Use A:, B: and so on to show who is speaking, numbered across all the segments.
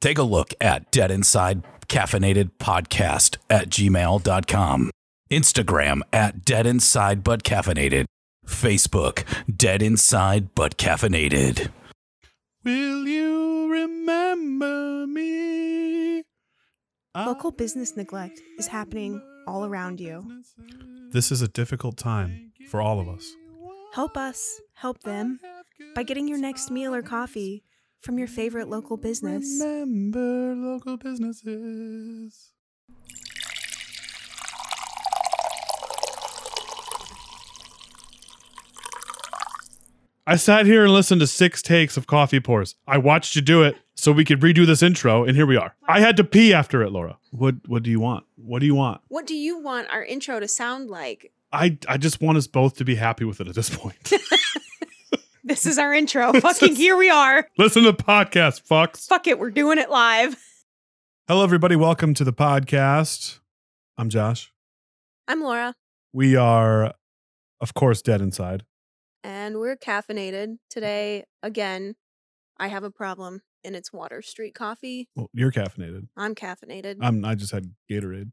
A: take a look at Dead Inside Caffeinated Podcast at gmail.com, Instagram at Dead Inside But Caffeinated, Facebook Dead Inside But Caffeinated.
B: Will you remember me?
C: Local business neglect is happening all around you.
B: This is a difficult time for all of us.
C: Help us help them by getting your next meal or coffee from your favorite local business.
B: Remember local businesses. I sat here and listened to six takes of coffee pours. I watched you do it so we could redo this intro, and here we are. I had to pee after it, Laura. What What do you want? What do you want?
D: What do you want our intro to sound like?
B: I I just want us both to be happy with it at this point.
D: This is our intro. Fucking here we are.
B: Listen to the podcast, fucks.
D: Fuck it, we're doing it live.
B: Hello, everybody. Welcome to the podcast. I'm Josh.
D: I'm Laura,
B: We are, of course, dead inside.
D: and we're caffeinated today again. I have a problem, and it's Water Street coffee.
B: Well, you're caffeinated.
D: I'm caffeinated.
B: I'm. I just had Gatorade.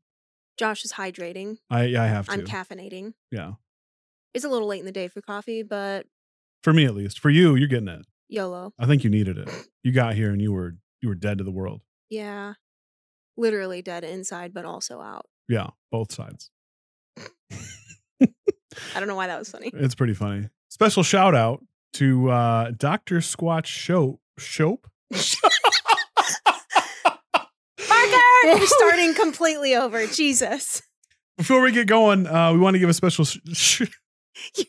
D: Josh is hydrating.
B: I. I have to.
D: I'm caffeinating.
B: yeah.
D: It's a little late in the day for coffee, but
B: For me, at least. For you, you're getting it.
D: YOLO.
B: I think you needed it. You got here and you were you were dead to the world.
D: Yeah. Literally dead inside, but also out.
B: Yeah, both sides.
D: I don't know why that was funny.
B: It's pretty funny. Special shout out to uh, Doctor Squatch Shope. Shope.
D: Parker! We're starting completely over. Jesus.
B: Before we get going, uh, we want to give a special. Sh- sh-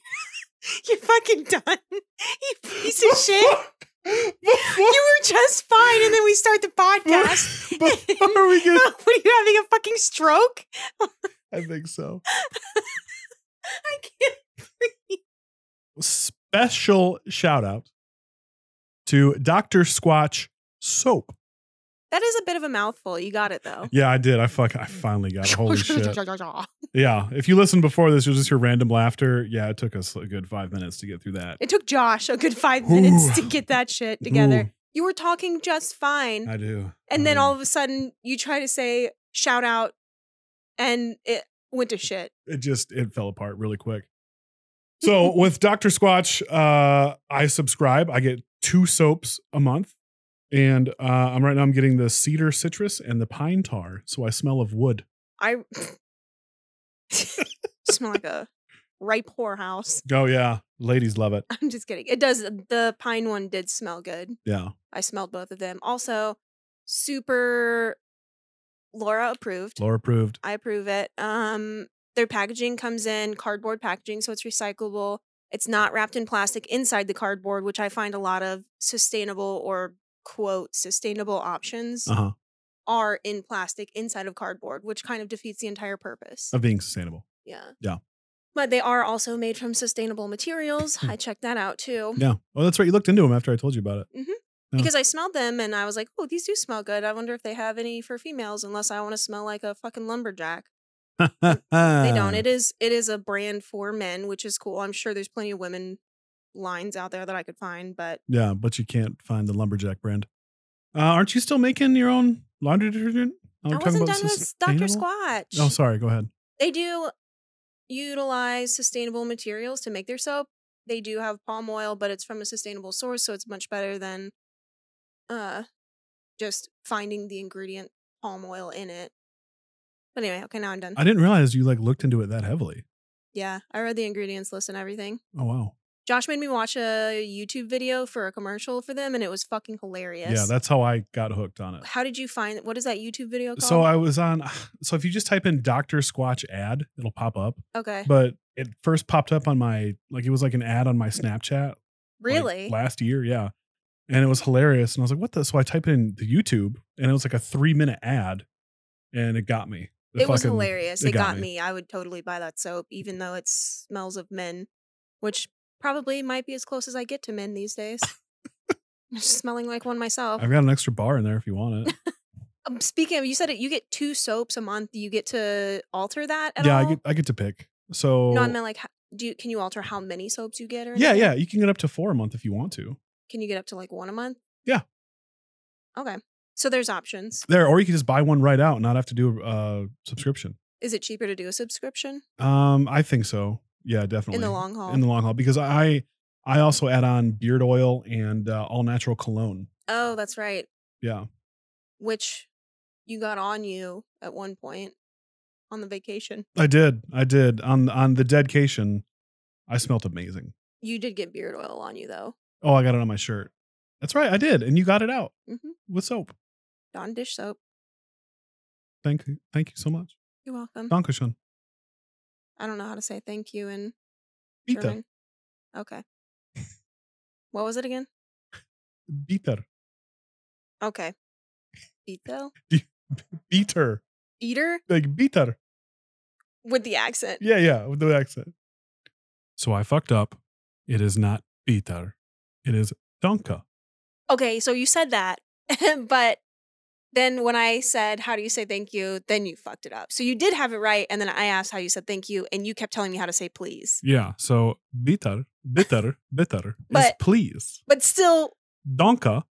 D: You're fucking done. You piece of shit. You were just fine, and then we start the podcast.
B: Before we get,
D: what are you having a fucking stroke?
B: I think so.
D: I can't.
B: special shout out to Dr. Squatch Soap.
D: That is a bit of a mouthful. You got it though.
B: Yeah, I did. I fuck. I finally got it. Holy shit. Yeah. If you listened before this, you'll just hear random laughter. Yeah, it took us a good five minutes to get through that.
D: It took Josh a good five minutes to
B: Ooh.
D: get that shit together. You were talking just
B: Ooh,
D: fine,
B: I do.
D: and then
B: I do.
D: all of a sudden you try to say shout out, and it went to shit.
B: it just it fell apart really quick. So with Dr. Squatch, uh, I subscribe. I get two soaps a month. And uh, I'm right now I'm getting the cedar citrus and the pine tar. So I smell of wood.
D: I smell like a ripe whorehouse.
B: Oh yeah. Ladies love it.
D: I'm just kidding. It does. The pine one did smell good.
B: Yeah.
D: I smelled both of them. Also, super Laura approved.
B: Laura approved.
D: I approve it. Um, their packaging comes in cardboard packaging, so it's recyclable. It's not wrapped in plastic inside the cardboard, which I find a lot of sustainable or quote sustainable options
B: Uh-huh.
D: are in plastic inside of cardboard, which kind of defeats the entire purpose.
B: Of being sustainable.
D: yeah.
B: yeah.
D: But they are also made from sustainable materials.
B: Hmm.
D: I checked that out too.
B: Yeah. Oh, that's right. You looked into them after I told you about it. Yeah.
D: because I smelled them and I was like, oh, these do smell good. I wonder if they have any for females, unless I want to smell like a fucking lumberjack. They don't.
B: Uh.
D: It is it is a brand for men, which is cool. I'm sure there's plenty of women lines out there that I could find, but
B: Yeah, but you can't find the lumberjack brand. Uh, aren't you still making your own laundry detergent? Oh,
D: I
B: we're talking
D: wasn't
B: about
D: done with Doctor
B: sustainable?
D: Squatch.
B: Oh, sorry. Go ahead.
D: They do utilize sustainable materials to make their soap. They do have palm oil, but it's from a sustainable source, so it's much better than uh just finding the ingredient palm oil in it. But anyway, okay, now I'm done.
B: I didn't realize you like looked into it that heavily.
D: Yeah, I read the ingredients list and everything.
B: Oh wow.
D: Josh made me watch a YouTube video for a commercial for them, and it was fucking hilarious.
B: Yeah, that's how I got hooked on it.
D: How did you find? What is that YouTube video called?
B: So I was on. So if you just type in Doctor Squatch ad, it'll pop up.
D: okay,
B: But it first popped up on my like it was like an ad on my Snapchat like,
D: really?
B: last year, yeah. And it was hilarious. And I was like, what the? So I typed in the YouTube and it was like a three minute ad and it got me.
D: it was
B: fucking-
D: hilarious. It, got me. I would totally buy that soap, even though it smells of men, which probably might be as close as I get to men these days. I'm just smelling like one myself.
B: I've got an extra bar in there if you want it.
D: Um, speaking of, you said it. You get two soaps a month. You get to alter that at
B: yeah,
D: all?
B: I get, I get to pick. So,
D: no, I meant like, h- do you, can you alter how many soaps you get? Or
B: yeah,
D: anything?
B: yeah, you can get up to four a month if you want to.
D: Can you get up to like one a month?
B: Yeah.
D: Okay. So there's options.
B: there, or you can just buy one right out and not have to do a uh, subscription.
D: Is it cheaper to do a subscription
B: Um, I think so. Yeah, definitely
D: in the long haul?
B: in the long haul because I I also add on beard oil and uh, all natural cologne.
D: oh, that's right.
B: Yeah,
D: Which you got on you at one point on the vacation.
B: I did. I did on on the dedication. I smelt amazing.
D: You did get beard oil on you though.
B: Oh, I got it on my shirt. That's right, I did, and you got it out
D: Mm-hmm.
B: with soap.
D: Dawn dish soap.
B: Thank you, thank you so much,
D: You're welcome.
B: Dankeschön.
D: I don't know how to say thank you in
B: Bitter,
D: German. Okay. what was it again?
B: bitter,
D: Okay. Bito?
B: bitter,
D: Eater?
B: like bitter.
D: With the accent.
B: Yeah, yeah, with the accent. So I fucked up. It is not bitter. It is donka.
D: Okay, so you said that, but then when I said, How do you say thank you? Then you fucked it up. So you did have it right. And then I asked how you said thank you, and you kept telling me how to say please.
B: Yeah. So bitter, bitter, bitter is
D: But-
B: please.
D: But still,
B: Donka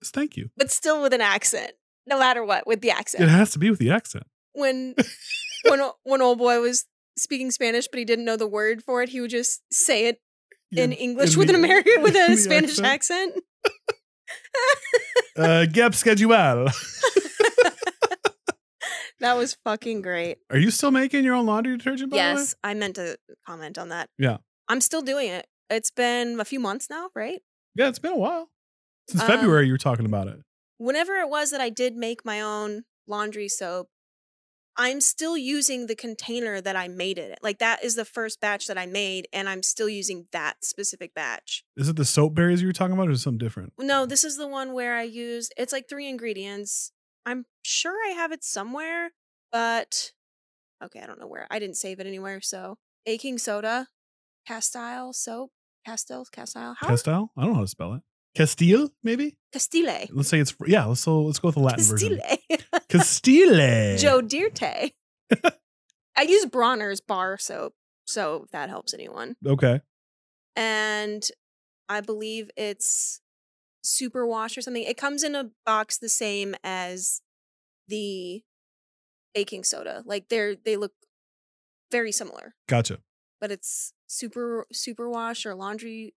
B: is thank you.
D: but still with an accent, no matter what, with the accent.
B: It has to be with the accent.
D: when when o- when old boy was speaking Spanish, but he didn't know the word for it, he would just say it in English
B: in
D: with an
B: the-
D: American with
B: in
D: a
B: the
D: Spanish
B: accent.
D: accent.
B: Uh, gap schedule.
D: That was fucking great.
B: Are you still making your own laundry detergent? By
D: Yes, I meant to comment on that.
B: Yeah.
D: I'm still doing it. It's been a few months now, right?
B: The way? Yeah, it's been a while since
D: Um,
B: February. You were talking about it.
D: whenever it was that I did make my own laundry soap, I'm still using the container that I made it. in. Like that is the first batch that I made, and I'm still using that specific batch.
B: Is it the soap berries you were talking about, or is it something different?
D: No, this is the one where I used it's like three ingredients. I'm sure I have it somewhere, but okay, I don't know where. I didn't save it anywhere. So baking soda, castile soap, castile, castile, how
B: Castile? I don't know how to spell it. Castile, maybe.
D: castile,
B: Let's say it's yeah. Let's so let's go with the Latin version.
D: castile.
B: Castile.
D: Joe Dirte. I use Bronner's bar soap, so if that helps anyone.
B: Okay.
D: And I believe it's super wash or something. It comes in a box the same as the baking soda. Like they're they look very similar,
B: Gotcha.
D: but it's super super wash or laundry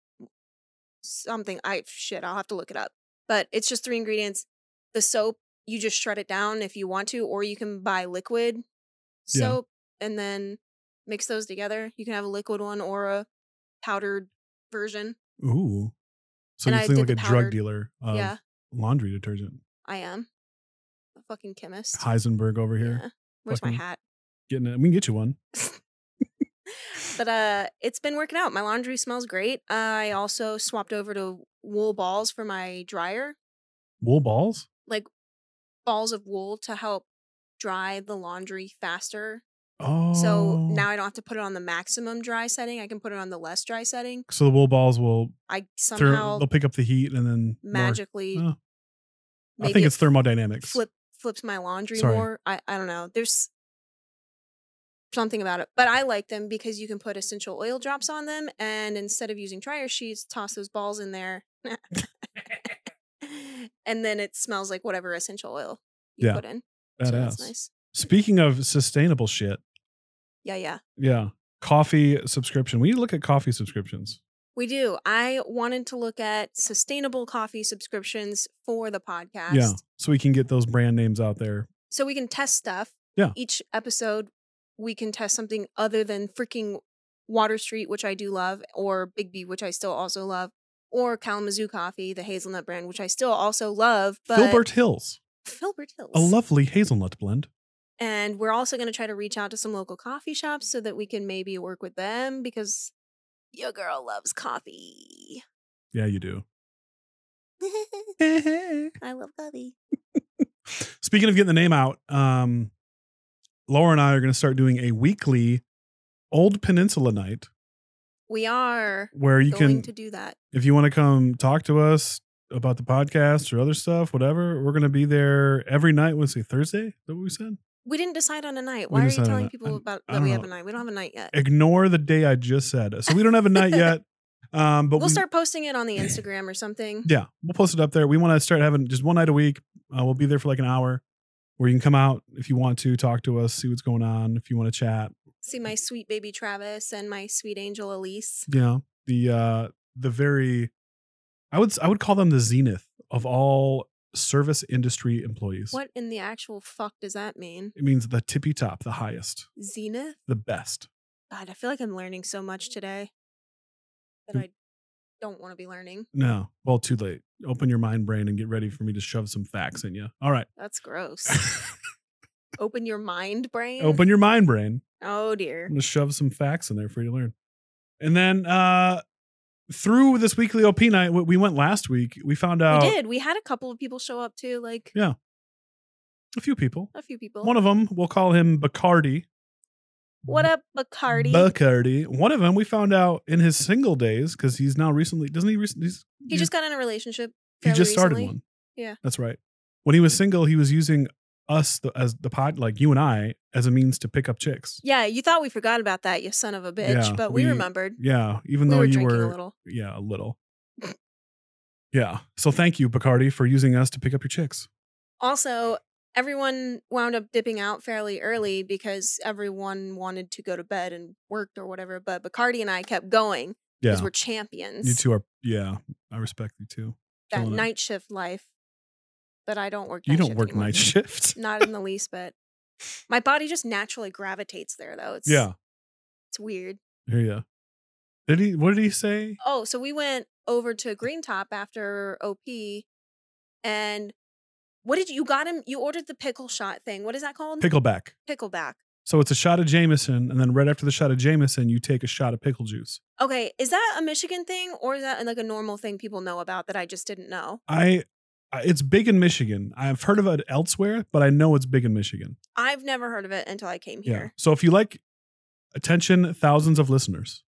D: something. I shit, I'll have to look it up. But it's just three ingredients. The soap, you just shred it down if you want to, or you can buy liquid
B: Yeah.
D: soap and then mix those together. You can have a liquid one or a powdered version.
B: Ooh. So
D: And
B: you
D: I
B: think like
D: did the
B: a
D: powder.
B: drug dealer of
D: yeah,
B: laundry detergent.
D: I am. A fucking chemist.
B: Heisenberg over here.
D: Yeah. Where's
B: Fucking-
D: my hat?
B: Getting it. We can get you one.
D: But uh it's been working out. My laundry smells great. I also swapped over to wool balls for my dryer.
B: Wool balls?
D: balls of wool to help dry the laundry faster.
B: Oh.
D: So now I don't have to put it on the maximum dry setting. I can put it on the less dry setting.
B: So the wool balls will
D: I
B: ther-
D: somehow
B: they'll pick up the heat and then more-
D: magically
B: Oh, I
D: maybe
B: think
D: it
B: it's thermodynamics.
D: flip flips my laundry
B: Sorry.
D: more. I, I don't know. There's something about it. But I like them because you can put essential oil drops on them and instead of using dryer sheets, toss those balls in there. and then it smells like whatever essential oil you
B: Yeah.
D: put in. So
B: Badass.
D: that's nice.
B: Speaking of sustainable shit,
D: Yeah, yeah.
B: yeah. Coffee subscription. We need to look at coffee subscriptions.
D: We do. I wanted to look at sustainable coffee subscriptions for the podcast.
B: Yeah. So we can get those brand names out there.
D: So we can test stuff.
B: Yeah.
D: Each episode, we can test something other than freaking Water Street, which I do love, or Big B, which I still also love, or Kalamazoo Coffee, the hazelnut brand, which I still also love. But
B: Filbert Hills,
D: Filbert Hills.
B: a lovely hazelnut blend.
D: And we're also going to try to reach out to some local coffee shops so that we can maybe work with them because your girl loves coffee.
B: Yeah, you do.
D: I love coffee.
B: Speaking of getting the name out, um, Laura and I are going to start doing a weekly Old Peninsula night
D: We are.
B: where you
D: going
B: can,
D: to do that.
B: if you want to come talk to us about the podcast or other stuff, whatever, we're going to be there every night. What's it, Thursday? Is that what we said?
D: We didn't decide on a night.
B: We
D: Why are you
B: decided on
D: telling
B: a- uh,
D: people
B: I-
D: about
B: I
D: that
B: don't
D: we have
B: know.
D: a night? We don't have a night yet.
B: Ignore the day I just said. So we don't have a night yet. Um, but
D: we'll
B: we-
D: start posting it on the Instagram or something.
B: Yeah, we'll post it up there. We want to start having just one night a week. Uh, we'll be there for like an hour, where you can come out if you want to talk to us, see what's going on, if you want to chat.
D: See my sweet baby Travis and my sweet angel Elise.
B: You know the uh, the very, I would s- I would call them the zenith of all service industry employees.
D: What in the actual fuck does that mean?
B: It means the tippy top, the highest,
D: Zenith?
B: the best.
D: God, I feel like I'm learning so much today that
B: Mm.
D: I don't want to be learning.
B: No, well, too late. Open your mind, brain, and get ready for me to shove some facts in you. All right,
D: That's gross. Open your mind, brain.
B: open your mind, brain.
D: Oh
B: I'm
D: dear.
B: gonna shove some facts in there for you to learn. And then uh through this weekly OP night, we- we went last week. We found out
D: we did. We had a couple of people show up too, like
B: Yeah. a few people.
D: a few people.
B: One of them, we'll call him Bacardi.
D: what up, Bacardi?
B: Bacardi. One of them, we found out in his single days because he's now recently doesn't he recently? He's,
D: he just got in a relationship.
B: he
D: fairly
B: just started
D: recently.
B: one.
D: Yeah.
B: that's right. When he was single, he was using us the, as the pod, like you and I, as a means to pick up chicks.
D: Yeah, you thought we forgot about that, you son of a bitch,
B: Yeah,
D: but we,
B: we-
D: remembered.
B: Yeah, even
D: We
B: though
D: were
B: you
D: drinking
B: were
D: a little.
B: yeah, a little. yeah. So thank you, Bacardi, for using us to pick up your chicks.
D: Also, everyone wound up dipping out fairly early because everyone wanted to go to bed and worked or whatever, but Bacardi and I kept going
B: Yeah.
D: because we're champions.
B: You two are yeah, I respect you too.
D: that
B: killing it.
D: night shift life. But I don't work
B: You
D: night
B: don't
D: shift
B: work
D: anymore.
B: night shift.
D: Not in the least bit. My body just naturally gravitates there though. It's
B: yeah.
D: it's weird.
B: Here yeah. Did he what did he say?
D: Oh, so we went over to Green Top after OP and what did you, you got him you ordered the pickle shot thing. What is that called?
B: Pickleback.
D: Pickleback.
B: So it's a shot of Jameson, and then right after the shot of Jameson, you take a shot of pickle juice.
D: Okay, is that a Michigan thing or is that uh, like a normal thing people know about that I just didn't know?
B: I I- it's big in Michigan. I've heard of it elsewhere, but I know it's big in Michigan.
D: I've never heard of it until I came
B: Yeah.
D: here.
B: So if you like attention, thousands of listeners,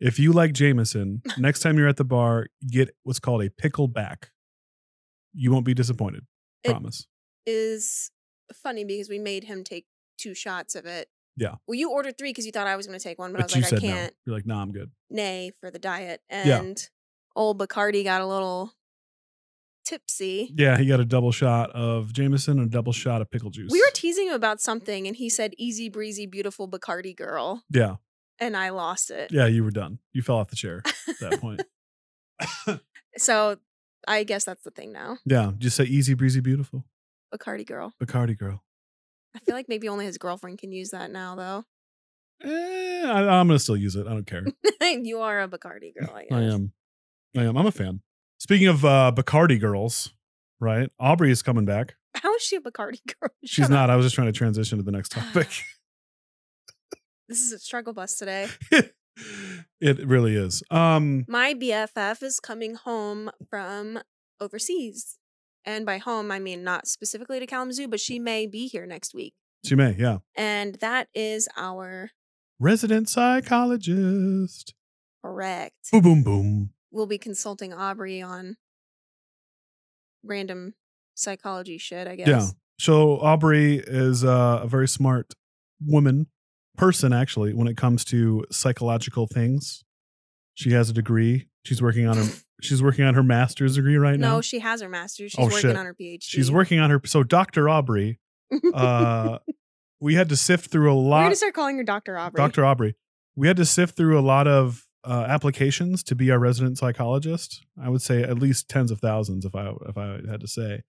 B: if you like Jameson, next time you're at the bar, get what's called a pickle back. You won't be disappointed.
D: It-
B: Promise.
D: Is funny because we made him take two shots of it.
B: Yeah.
D: Well, you ordered three because you thought I was going to take one, but,
B: But
D: I
B: you
D: was like, I
B: said no.
D: can't.
B: You're like, nah, I'm good.
D: Nay for the diet.
B: Yeah.
D: And old Bacardi got a little tipsy.
B: Yeah, he got a double shot of Jameson and a double shot of pickle juice.
D: We were teasing him about something, and he said, "Easy breezy, beautiful Bacardi girl,"
B: yeah,
D: and I lost it.
B: yeah, you were done. You fell off the chair at that point.
D: So I guess that's the thing now,
B: yeah, just say easy breezy beautiful.
D: Bacardi girl.
B: Bacardi girl.
D: I feel like maybe only his girlfriend can use that now, though.
B: Eh, I, I'm gonna still use it. I don't care.
D: you are a Bacardi girl. I, guess.
B: I am. I am. I'm a fan. Speaking of uh, Bacardi girls, right? Aubrey is coming back.
D: How is she a Bacardi girl?
B: She's
D: Shut up.
B: not. I was just trying to transition to the next topic.
D: This is a struggle bus today.
B: it really is. Um,
D: My BFF is coming home from overseas. And by home, I mean not specifically to Kalamazoo, but she may be here next week.
B: she may. Yeah.
D: And that is our
B: Resident psychologist.
D: correct.
B: Boom, boom, boom.
D: We'll be consulting Aubrey on random psychology shit, I guess.
B: Yeah. So Aubrey is uh, a very smart woman, person actually, when it comes to psychological things. She has a degree. She's working on her. she's working on her master's degree right now.
D: No, she has her master's. She's
B: Oh,
D: working
B: shit.
D: on her PhD.
B: She's working on her. So Dr. Aubrey, uh, we had to sift through a
D: We're going
B: lot.
D: to start calling her Dr. Aubrey.
B: Dr. Aubrey, we had to sift through a lot of uh, applications to be our resident psychologist. I would say at least tens of thousands, if I if I had to say.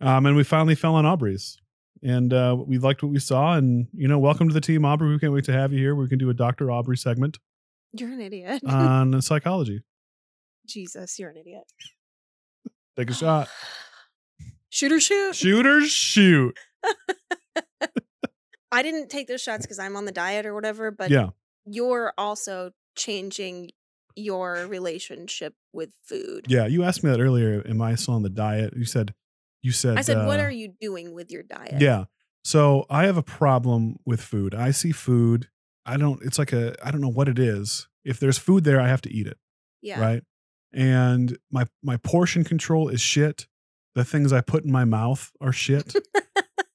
B: Um, and we finally fell on Aubrey's, and uh, we liked what we saw. And you know, welcome to the team, Aubrey. We can't wait to have you here. We can do a Dr. Aubrey segment
D: You're an idiot.
B: on psychology.
D: Jesus, you're an idiot.
B: Take a shot.
D: Shoot or shoot.
B: Shooters shoot.
D: I didn't take those shots because I'm on the diet or whatever, but
B: yeah,
D: you're also changing your relationship with food.
B: yeah. You asked me that earlier. Am I still on the diet? You said, you said.
D: I said, what
B: uh,
D: are you doing with your diet?
B: Yeah. So I have a problem with food. I see food. I don't, it's like a, I don't know what it is. If there's food there, I have to eat it.
D: Yeah.
B: Right. And my, my portion control is shit. The things I put in my mouth are shit.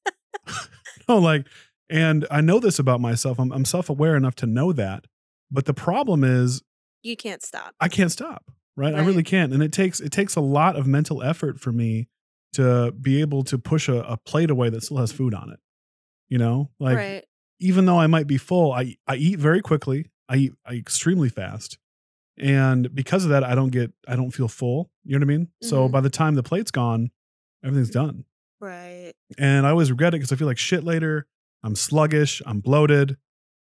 B: no, like, and I know this about myself. I'm, I'm self aware enough to know that. But the problem is
D: you can't stop.
B: I can't stop. Right? I
D: Right.
B: really can't. And it takes it takes a lot of mental effort for me to be able to push a, a plate away that still has food on it. You know? Like
D: right.
B: even though I might be full, I I eat very quickly. I eat I extremely fast. And because of that, I don't get I don't feel full. You know what I mean? So
D: Mhm.
B: by the time the plate's gone, everything's done.
D: Right.
B: And I always regret it because I feel like shit later. I'm sluggish. I'm bloated.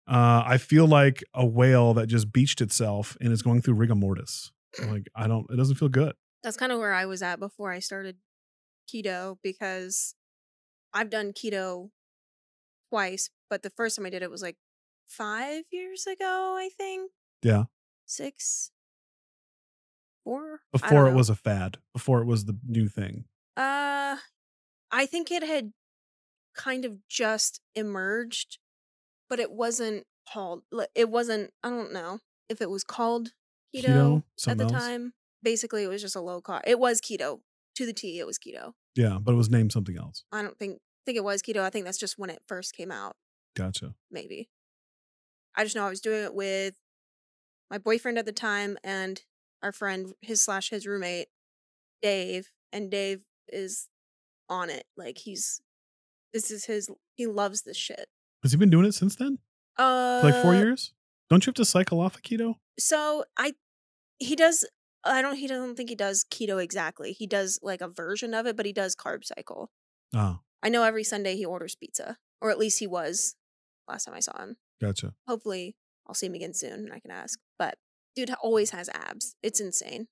B: Uh, I feel like a whale that just beached itself and is going through rigor mortis. Like I don't. It doesn't feel good.
D: that's kind of where I was at before I started keto because I've done keto twice, but the first time I did it was like five years ago, I think.
B: Yeah.
D: Six, four. I don't
B: Before it
D: know.
B: was a fad. Before it was the new thing.
D: Uh, I think it had kind of just emerged, but it wasn't called. li- It wasn't. I don't know if it was called keto,
B: Keto,
D: at the
B: something else?
D: time. Basically, it was just a low carb. It was keto to the T. It was keto.
B: Yeah, but it was named something else.
D: I don't think think it was keto. I think that's just when it first came out.
B: Gotcha.
D: Maybe. I just know I was doing it with my boyfriend at the time and our friend, his slash his roommate, Dave. And Dave is on it. Like he's this is his. He loves this shit.
B: Has he been doing it since then?
D: Uh,
B: For like four years? Don't you have to cycle off a keto?
D: So I, he does. I don't. He doesn't think he does keto exactly. He does like a version of it, but he does carb cycle.
B: Oh,
D: I know every Sunday he orders pizza, or at least he was last time I saw him.
B: gotcha.
D: Hopefully, I'll see him again soon and I can ask. But dude always has abs. It's insane.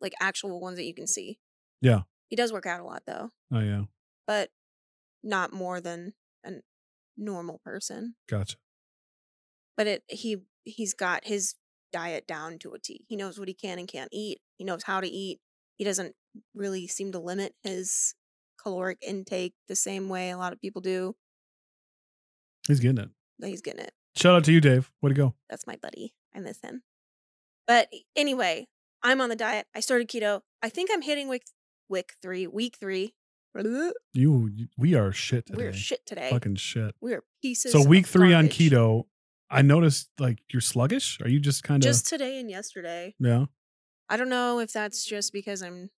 D: Like actual ones that you can see.
B: Yeah.
D: He does work out a lot though,
B: Oh yeah,
D: but not more than a normal person.
B: gotcha.
D: But it he he's got his diet down to a T. He knows what he can and can't eat. He knows how to eat. He doesn't really seem to limit his caloric intake the same way a lot of people do.
B: He's getting it.
D: that he's getting it.
B: Shout out to you, Dave. Way to go.
D: That's my buddy. I miss him. But anyway, I'm on the diet. I started keto. I think I'm hitting week week three, week three. We're
B: You, you- we are shit today.
D: shit today.
B: Fucking shit.
D: We're pieces.
B: So
D: of
B: week three on
D: garbage.
B: keto, I noticed like you're sluggish. Are you just kind of
D: Just today and yesterday.
B: yeah?
D: I don't know if that's just because I'm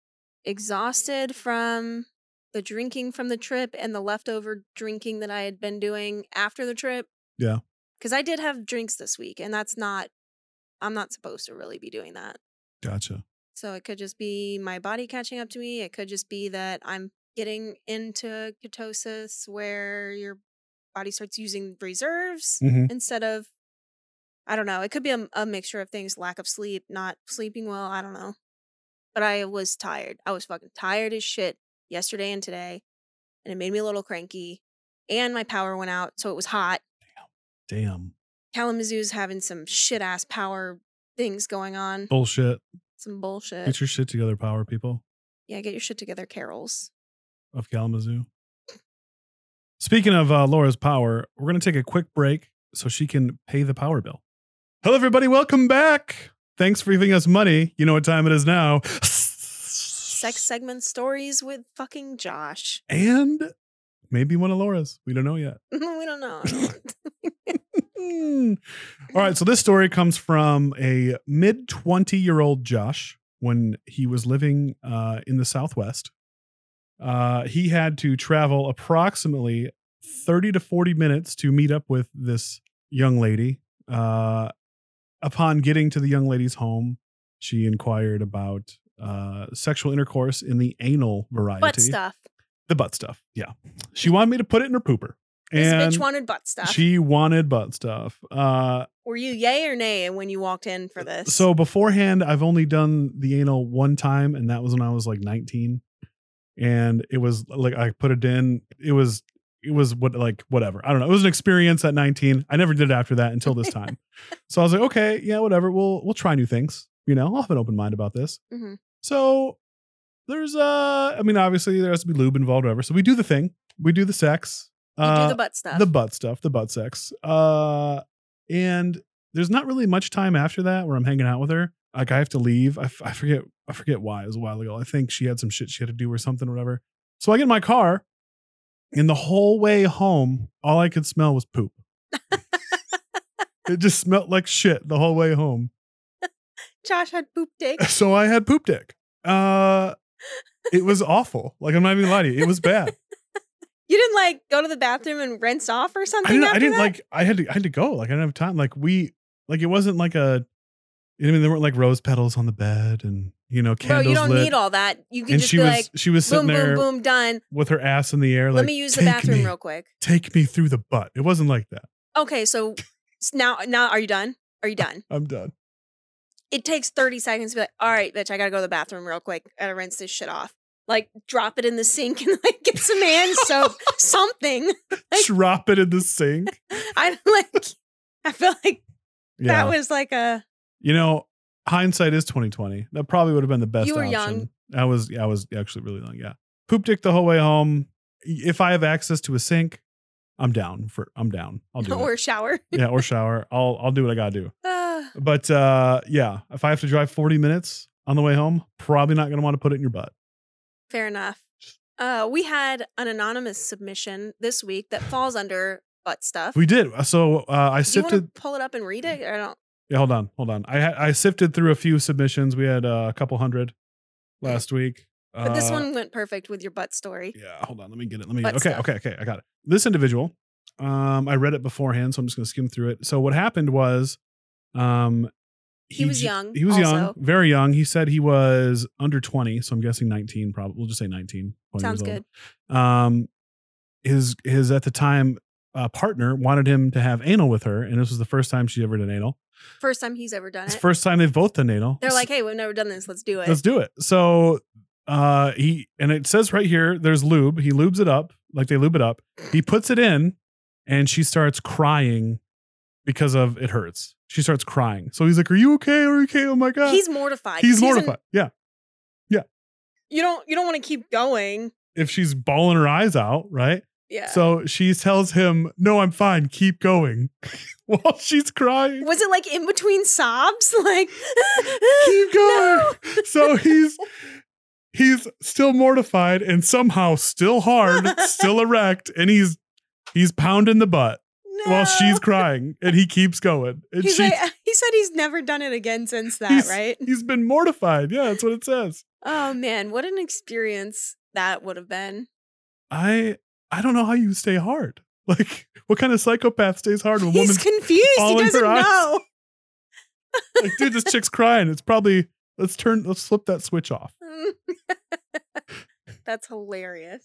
D: exhausted from the drinking from the trip and the leftover drinking that I had been doing after the trip.
B: Yeah.
D: Because I did have drinks this week, and that's not, I'm not supposed to really be doing that.
B: Gotcha.
D: So it could just be my body catching up to me. It could just be that I'm getting into ketosis where your body starts using reserves
B: Mm-hmm.
D: instead of, I don't know. It could be a, a mixture of things lack of sleep, not sleeping well. I don't know. But I was tired. I was fucking tired as shit yesterday and today. And it made me a little cranky. And my power went out. So it was hot.
B: Damn
D: Kalamazoo's having some shit ass power things going on.
B: bullshit.
D: Some bullshit.
B: Get your shit together, power people
D: Yeah, get your shit together, Carols.
B: of Kalamazoo. Speaking of uh, Laura's power, we're gonna take a quick break so she can pay the power bill. Hello, everybody. Welcome back. Thanks for giving us money. You know what time it is now.
D: Sex segment stories with fucking Josh.
B: and maybe one of Laura's. We don't know yet.
D: we don't know. I don't-
B: Hmm. All right. So this story comes from a mid 20 year old Josh when he was living uh, in the Southwest. Uh, he had to travel approximately 30 to 40 minutes to meet up with this young lady. Uh, upon getting to the young lady's home, she inquired about uh, sexual intercourse in the anal variety.
D: butt stuff.
B: The butt stuff. Yeah. She wanted me to put it in her pooper.
D: this
B: And
D: bitch wanted butt stuff.
B: she wanted butt stuff. Uh,
D: Were you yay or nay when you walked in for this?
B: so beforehand, I've only done the anal one time, and that was when I was like 19, and it was like I put it in. It was it was what like whatever. I don't know. It was an experience at 19. I never did it after that until this time. so I was like, okay, yeah, whatever. We'll we'll try new things. You know, I'll have an open mind about this.
D: Mhm.
B: So there's uh, I mean, obviously there has to be lube involved, whatever. So we do the thing. We do the sex.
D: you
B: Uh,
D: do the butt stuff.
B: the butt stuff, the butt sex. Uh, and there's not really much time after that where I'm hanging out with her. Like I have to leave. I, f- I forget. I forget why. It was a while ago. I think she had some shit she had to do or something, or whatever. So I get in my car, and the whole way home, all I could smell was poop. it just smelled like shit the whole way home.
D: Josh had poop dick.
B: So I had poop dick. Uh, it was awful. Like I'm not even lying to you. It was bad.
D: You didn't like go to the bathroom and rinse off or
B: I
D: something.
B: didn't.
D: after
B: I didn't
D: that?
B: like. I had to. I had to go. Like I didn't have time. Like we. Like it wasn't like a. I mean, there weren't like rose petals on the bed and you know
D: Bro,
B: candles
D: you don't
B: lit.
D: need all that. You can
B: and
D: just
B: she
D: be
B: was
D: like,
B: she was sitting
D: boom,
B: there
D: boom, boom, done.
B: with her ass in the air.
D: Let
B: like,
D: me use the
B: "Take
D: bathroom
B: me,
D: real quick.
B: Take me through the butt. It wasn't like that.
D: Okay, so s- now, now, are you done? Are you done?
B: I'm done.
D: It takes thirty seconds to be like, all right, bitch, I gotta go to the bathroom real quick. I gotta rinse this shit off. Like, drop it in the sink and like get some hand soap, something.
B: Drop it in the sink.
D: I'm like, I feel like
B: Yeah.
D: that was like a
B: you know, hindsight is 2020. That probably would have been the best
D: You were
B: option. I was I was actually really young. Yeah. Poop dick the whole way home. If I have access to a sink, I'm down for I'm down. I'll do
D: or
B: it.
D: a shower.
B: Yeah, or shower. I'll I'll do what I gotta do.
D: Uh,
B: But uh yeah, if I have to drive 40 minutes on the way home, probably not gonna want to put it in your butt.
D: Fair enough. Uh, we had an anonymous submission this week that falls under butt stuff.
B: We did. So uh I
D: Do you
B: sifted
D: want to pull it up and read it? I don't.
B: Yeah, hold on, hold on. I ha- I sifted through a few submissions. We had uh, a couple hundred last week.
D: But this
B: Uh,
D: one went perfect with your butt story.
B: yeah. Hold on, let me get it. Let me.
D: Butt
B: Okay,
D: stuff.
B: okay, okay. I got it. This individual, um, I read it beforehand, so I'm just gonna skim through it. So what happened was, um,
D: He was
B: j-
D: young
B: He was young,
D: also.
B: very young. He said he was under 20, so I'm guessing 19. Probably we'll just say 19. 20
D: Sounds
B: years old
D: good.
B: um his his at the time uh, partner wanted him to have anal with her and this was the first time she ever did anal
D: First time he's ever done
B: it's
D: it.
B: the first time they've both done anal
D: They're like, hey, we've never done this. Let's do it.
B: let's do it so uh he and it says right here there's lube he lubes it up like they lube it up he puts it in and she starts crying because of it hurts she starts crying so he's like are you okay are you okay oh my god
D: he's mortified. 'cause
B: he's
D: in-
B: mortified yeah
D: you don't. You don't want to keep going.
B: if she's bawling her eyes out right
D: Yeah.
B: So she tells him, No, I'm fine. Keep going. While she's crying,
D: was it like in between sobs? Like,
B: keep going.
D: no.
B: So he's he's still mortified and somehow still hard, still erect, and he's he's pounding the butt while she's
D: No.
B: crying and he keeps going. And
D: He's
B: she
D: like, uh, he said he's never done it again since that,
B: he's-
D: right?
B: He's been mortified. Yeah, that's what it says.
D: Oh man, what an experience that would have been.
B: I I don't know how you stay hard. Like, what kind of psychopath stays hard when a woman
D: He's confused. He
B: bawling her
D: doesn't
B: eyes.
D: know.
B: like, dude, this chick's crying. It's probably let's turn let's flip that switch off.
D: That's hilarious.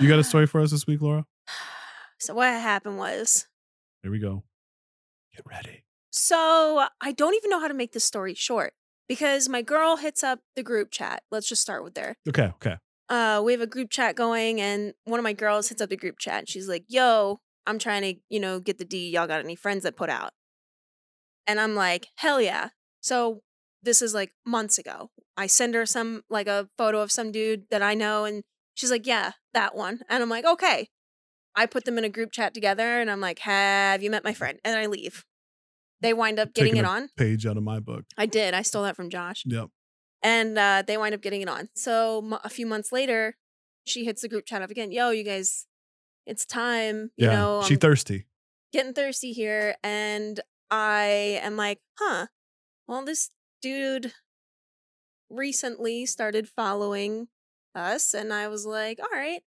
B: You got a story for us this week, Laura?
D: So what happened was,
B: Here we go. Get ready.
D: so I don't even know how to make this story short because my girl hits up the group chat. Let's just start with there.
B: Okay, okay.
D: Uh, we have a group chat going, and one of my girls hits up the group chat. And she's like, "Yo, I'm trying to, you know, get the D. Y'all got any friends that put out?" And I'm like, "Hell yeah!" So this is like months ago. I send her some like a photo of some dude that I know, and she's like, "Yeah, that one." And I'm like, "Okay." I put them in a group chat together, and I'm like, "Have you met my friend?" And I leave. They wind up getting
B: Taking
D: it
B: a-
D: on.
B: Page out of my book.
D: I did. I stole that from Josh
B: Yep.
D: and uh, they wind up getting it on. So m- a few months later, she hits the group chat up again. Yo, you guys, it's time. You
B: yeah.
D: know, um,
B: she
D: I'm
B: thirsty.
D: getting thirsty here, and I am like, huh? Well, this dude recently started following us, and I was like, all right.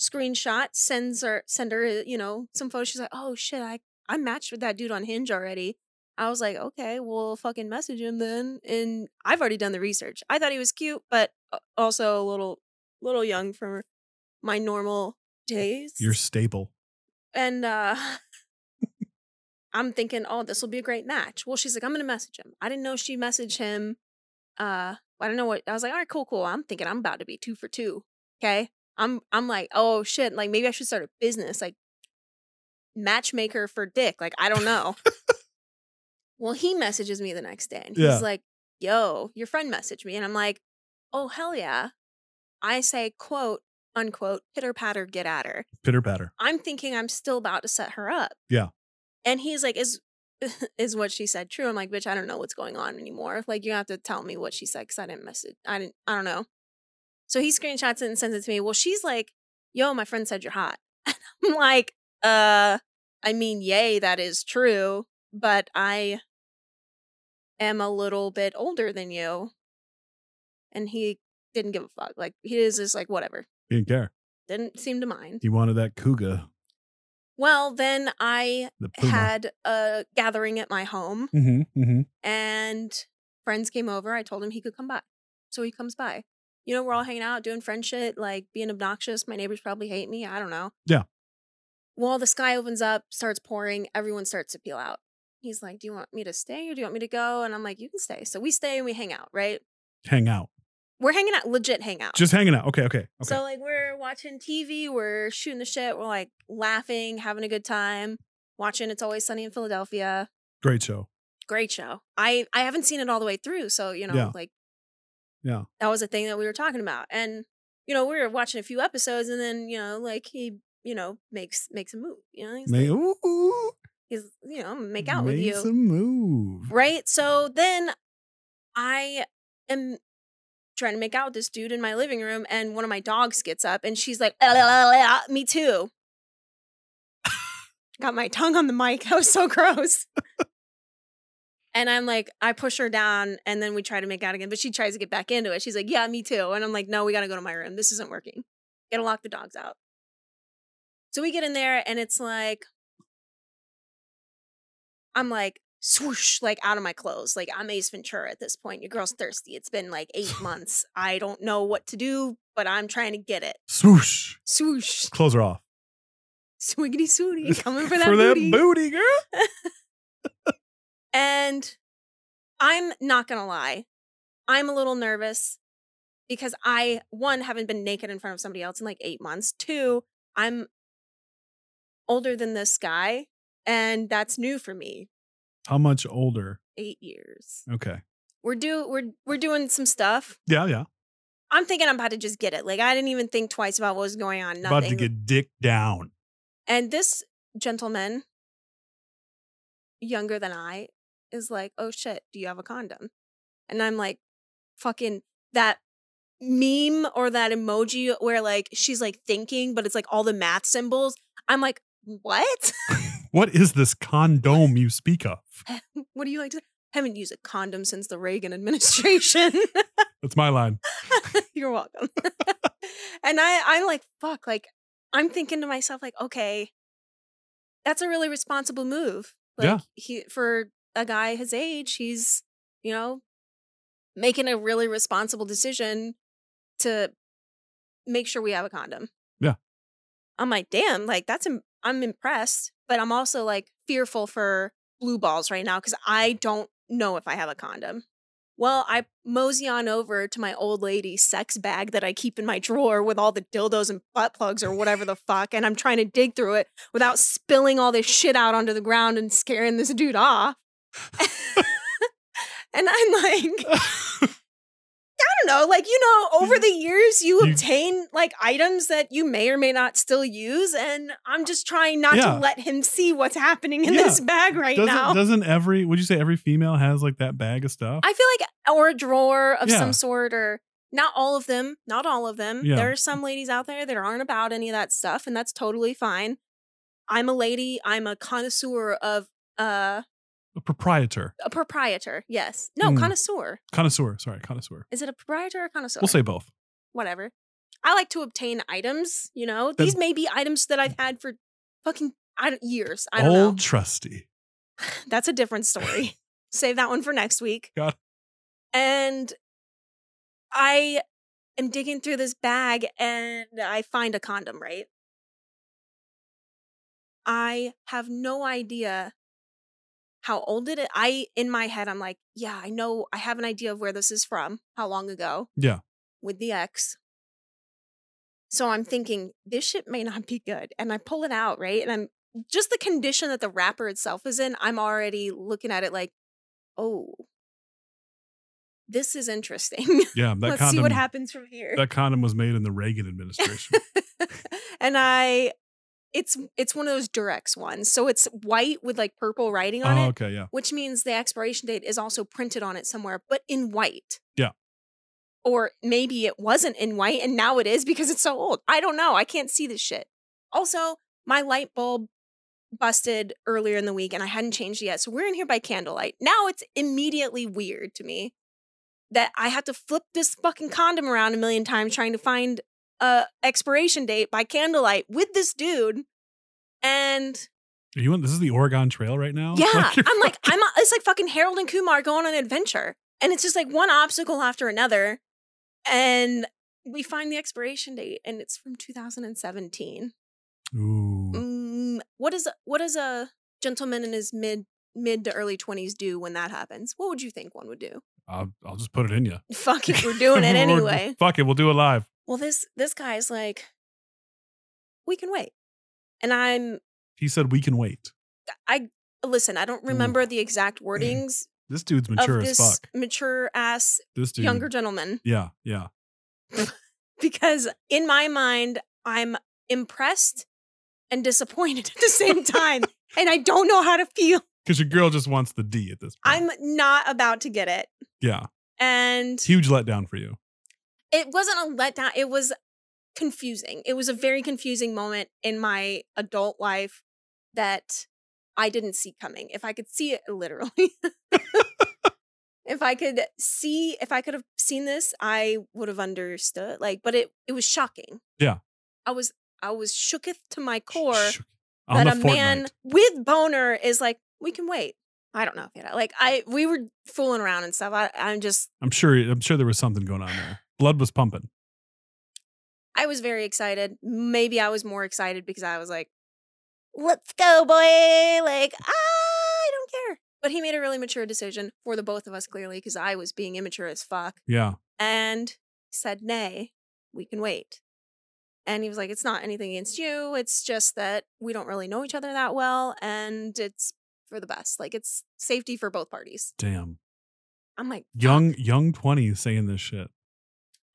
D: Screenshot sends her send her uh, you know some photos. She's like, oh shit, I I matched with that dude on Hinge already. I was like, okay, well, fucking message him then. And I've already done the research. I thought he was cute, but uh, also a little, little young for my normal days.
B: You're staple.
D: and uh, I'm thinking, oh, this will be a great match. Well, she's like, I'm gonna message him. I didn't know she messaged him. Uh, I don't know what. I was like, all right, cool, cool. I'm thinking I'm about to be two for two. Okay, I'm, I'm like, oh shit, like maybe I should start a business, like matchmaker for dick. Like I don't know. well, he messages me the next day, and he's
B: Yeah.
D: like, yo, your friend messaged me, and I'm like, oh hell yeah. I say, quote unquote, pitter patter, get at her.
B: Pitter patter.
D: I'm thinking I'm still about to set her up.
B: Yeah.
D: And he's like, is is what she said true? I'm like, bitch, I don't know what's going on anymore. Like, you have to tell me what she said because I didn't message. I didn't. I don't know. So he screenshots it and sends it to me. Well, she's like, yo, my friend said you're hot. And I'm like, uh, I mean, yay, that is true, but I am a little bit older than you. And he didn't give a fuck. Like he is just like whatever.
B: He didn't care.
D: Didn't seem to mind.
B: He wanted that cougar,
D: Well, then I
B: the puma.
D: had a gathering at my home
B: hmm hmm
D: and friends came over. I told him he could come by. So he comes by. You know, we're all hanging out, doing friend shit, like being obnoxious. My neighbors probably hate me. I don't know.
B: Yeah.
D: Well, the sky opens up, starts pouring. Everyone starts to peel out. He's like, Do you want me to stay or do you want me to go? And I'm like, You can stay. So we stay and we hang out, right?
B: Hang out.
D: We're hanging out, legit hang out.
B: Just hanging out. Okay, okay. Okay.
D: So like we're watching TV, we're shooting the shit, we're like laughing, having a good time, watching It's Always Sunny in Philadelphia.
B: Great show.
D: Great show. I I haven't seen it all the way through, so you know,
B: Yeah.
D: like
B: Yeah.
D: that was a thing that we were talking about. And you know, we were watching a few episodes and then, you know, like he, you know, makes makes a move, you know. He's,
B: Make,
D: like,
B: ooh, ooh,
D: he's you know, make out with
B: make
D: you.
B: some move.
D: Right? So then I am trying to make out with this dude in my living room, and one of my dogs gets up and she's like, "Ah, ah, ah, ah, me too. Got my tongue on the mic. That was so gross. and I'm like, I push her down, and then we try to make out again, but she tries to get back into it. She's like, Yeah, me too. And I'm like, No, we got to go to my room. This isn't working. Gotta lock the dogs out. So we get in there, and it's like, I'm like swoosh, like out of my clothes. Like I'm Ace Ventura at this point. Your girl's thirsty. It's been like eight months. I don't know what to do, but I'm trying to get it.
B: Swoosh.
D: Swoosh,
B: Clothes are off.
D: swiggity swooty, coming for that
B: For that
D: booty.
B: booty, girl.
D: and I'm not gonna lie, I'm a little nervous because I one haven't been naked in front of somebody else in like eight months. Two, I'm older than this guy, and that's new for me.
B: How much older?
D: Eight years.
B: Okay.
D: We're do we're we're doing some stuff.
B: Yeah, yeah.
D: I'm thinking I'm about to just get it. Like I didn't even think twice about what was going on. Nothing.
B: About to get dick down.
D: and this gentleman, younger than I, is like, "Oh shit, do you have a condom?" And I'm like, "Fucking that meme or that emoji where like she's like thinking, but it's like all the math symbols." I'm like, "What?
B: What is this condom you speak of?
D: what do you like to?" Haven't used a condom since the Reagan administration.
B: That's my line.
D: You're welcome. and I, I'm like, fuck, like, I'm thinking to myself, like, okay, that's a really responsible move. Like,
B: Yeah.
D: he, for a guy his age, he's, you know, making a really responsible decision to make sure we have a condom.
B: Yeah.
D: I'm like, damn, like, that's, im- I'm impressed, but I'm also like fearful for blue balls right now because I don't know if I have a condom. Well, I mosey on over to my old lady sex bag that I keep in my drawer with all the dildos and butt plugs or whatever the fuck, and I'm trying to dig through it without spilling all this shit out onto the ground and scaring this dude off. and I'm like, I don't know, like, you know, over the years you
B: You-
D: obtain like items that you may or may not still use, and I'm just trying not
B: Yeah.
D: to let him see what's happening in
B: Yeah.
D: this bag right
B: doesn't
D: now.
B: doesn't every would you say every female has like that bag of stuff?
D: I feel like or a drawer of
B: Yeah.
D: some sort or not all of them, not all of them.
B: Yeah.
D: There are some ladies out there that aren't about any of that stuff and that's totally fine. I'm a lady, I'm a connoisseur of uh
B: a proprietor.
D: a proprietor. Yes. No,
B: Mm.
D: connoisseur.
B: Connoisseur. Sorry, connoisseur.
D: Is it a proprietor or connoisseur?
B: We'll say both.
D: whatever. I like to obtain items, you know.
B: Then-
D: These may be items that I've had for fucking I don't, years. I don't
B: Old
D: know.
B: trusty.
D: That's a different story. Save that one for next week.
B: Got
D: And I am digging through this bag and I find a condom, right? I have no idea how old it is. I in my head I'm like, yeah, I know I have an idea of where this is from, how long ago.
B: Yeah.
D: With the ex. So I'm thinking this shit may not be good. And I pull it out, right? And I'm just the condition that the wrapper itself is in, I'm already looking at it like, oh, this is interesting.
B: Yeah, that
D: Let's
B: condom.
D: see what happens from here.
B: That condom was made in the Reagan administration.
D: and I, it's it's one of those Durex ones, so it's white with like purple writing on
B: oh,
D: it,
B: okay, yeah.
D: which means the expiration date is also printed on it somewhere, but in white.
B: Yeah.
D: Or maybe it wasn't in white and now it is because it's so old. I don't know. I can't see this shit. Also, my light bulb busted earlier in the week and I hadn't changed yet. So we're in here by candlelight. Now it's immediately weird to me that I had to flip this fucking condom around a million times trying to find a expiration date by candlelight with this dude. And
B: Are you on, this is the Oregon Trail right now?
D: yeah,
B: Oh, you're
D: I'm like, I'm a, it's like fucking Harold and Kumar going on an adventure. And it's just like one obstacle after another. And we find the expiration date and it's from 2017.
B: Ooh.
D: Mm, what is what does a gentleman in his mid mid to early 20s do when that happens? What would you think one would do?
B: I'll, I'll just put it in you.
D: Fuck it, we're doing it
B: Or-
D: anyway.
B: Fuck it, we'll do it live.
D: Well, this this guy's like we can wait. And I'm
B: He said we can wait.
D: I listen, I don't remember the exact wordings
B: This dude's Hmm. mature
D: of
B: as
D: this
B: fuck.
D: mature ass
B: This dude.
D: younger gentleman
B: Yeah, yeah.
D: because in my mind I'm impressed and disappointed at the same time and I don't know how to feel.
B: Because your girl just wants the D at this point.
D: I'm not about to get it.
B: yeah.
D: And
B: It's huge letdown for you.
D: it wasn't a letdown. It was confusing. It was a very confusing moment in my adult life that I didn't see coming. If I could see it literally, if I could see, if I could have seen this, I would have understood. Like, but it it was shocking.
B: Yeah.
D: I was I was shooketh to my core
B: Shook. on
D: that
B: the
D: a man
B: Fortnite.
D: with boner is like, we can wait. I don't know if you know. Like I, we were fooling around and stuff. I, I'm just
B: I'm sure I'm sure there was something going on there. Blood was pumping.
D: I was very excited. Maybe I was more excited because I was like, let's go, boy. Like, I don't care. But he made a really mature decision for the both of us, clearly, because I was being immature as fuck
B: Yeah.
D: and said, nay, we can wait. And he was like, it's not anything against you. It's just that we don't really know each other that well and it's for the best. Like, it's safety for both parties.
B: Damn.
D: I'm like,
B: Young young 20s saying this shit.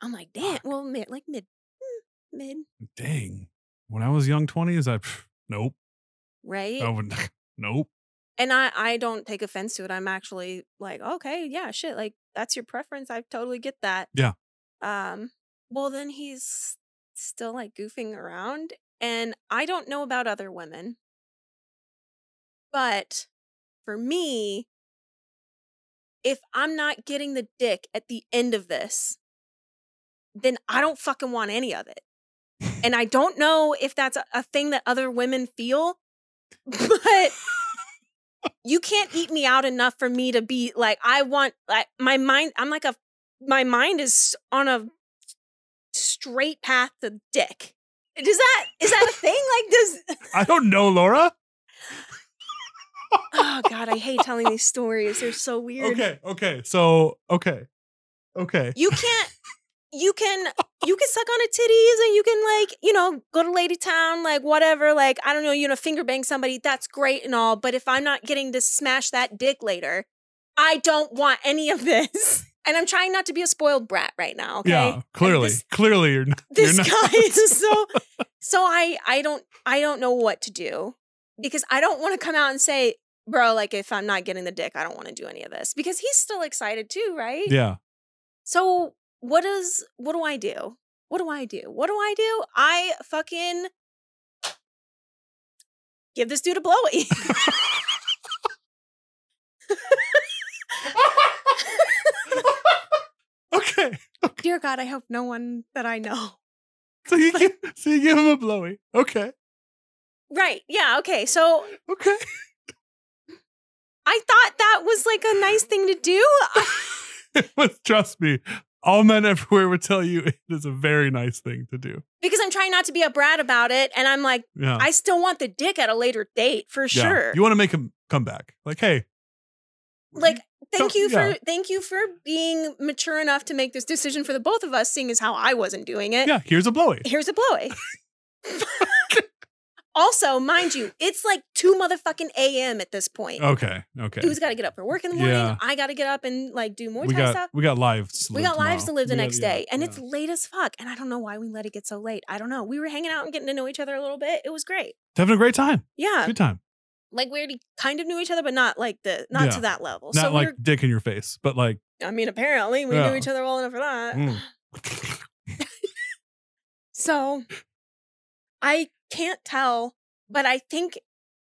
D: I'm like, damn. Well, mid, like mid, mm, mid,
B: Dang. When I was young 20s, I pff, nope.
D: right?
B: I would nope.
D: and I I don't take offense to it. I'm actually like, okay, yeah, shit, like that's your preference. I totally get that.
B: Yeah.
D: Um. Well, then he's still like goofing around, and I don't know about other women, but for me, if I'm not getting the dick at the end of this, then I don't fucking want any of it. And I don't know if that's a, a thing that other women feel, but you can't eat me out enough for me to be like I want like my mind I'm like a my mind is on a straight path to dick. Does that is that a thing? Like does
B: I don't know, Laura.
D: Oh god, I hate telling these stories. They're so weird.
B: Okay, okay. So, okay. Okay.
D: You can't you can you can suck on a titties and you can like, you know, go to Lady Town, like whatever, like I don't know, you know, finger bang somebody, that's great and all, but if I'm not getting to smash that dick later, I don't want any of this. And I'm trying not to be a spoiled brat right now. Okay?
B: Yeah, clearly.
D: this-
B: clearly you're not, you're
D: this
B: not
D: guy is so so i i don't i don't know what to do because i don't want to come out and say bro like if i'm not getting the dick i don't want to do any of this because he's still excited too right
B: Yeah.
D: so what does what do i do what do i do what do i do i fucking give this dude a blowy
B: Okay.
D: dear god i hope no one that i know
B: So you give, so you give him a blowy. Okay.
D: right yeah okay so
B: Okay.
D: i thought that was like a nice thing to do uh,
B: but trust me, all men everywhere would tell you it is a very nice thing to do.
D: because i'm trying not to be a brat about it and i'm like
B: Yeah.
D: I still want the dick at a later date for
B: Yeah.
D: sure.
B: You want to make him come back. Like, hey.
D: like thank
B: don't-
D: you for
B: Mm-hmm. yeah.
D: thank you for being mature enough to make this decision for the both of us, seeing as how I wasn't doing it.
B: Yeah, here's a blowy.
D: Here's a blowy. also, mind you, it's like two motherfucking AM at this point.
B: Okay. Okay.
D: Dude's gotta get up for work in the morning.
B: Yeah.
D: I gotta get up and like do more
B: we
D: type
B: got
D: stuff.
B: we got lives. to
D: We
B: live
D: got lives to
B: tomorrow.
D: live the
B: We got-
D: next
B: yeah,
D: day, and
B: yeah.
D: it's late as fuck. And I don't know why we let it get so late. I don't know. We were hanging out and getting to know each other a little bit. It was great.
B: having a great time.
D: Yeah.
B: Good time.
D: like we already kind of knew each other, but not like the not
B: Yeah.
D: to that level.
B: Not
D: so
B: like
D: we're
B: dick in your face, but like
D: I mean, apparently we
B: Yeah.
D: knew each other well enough for that.
B: mm.
D: So I can't tell, but I think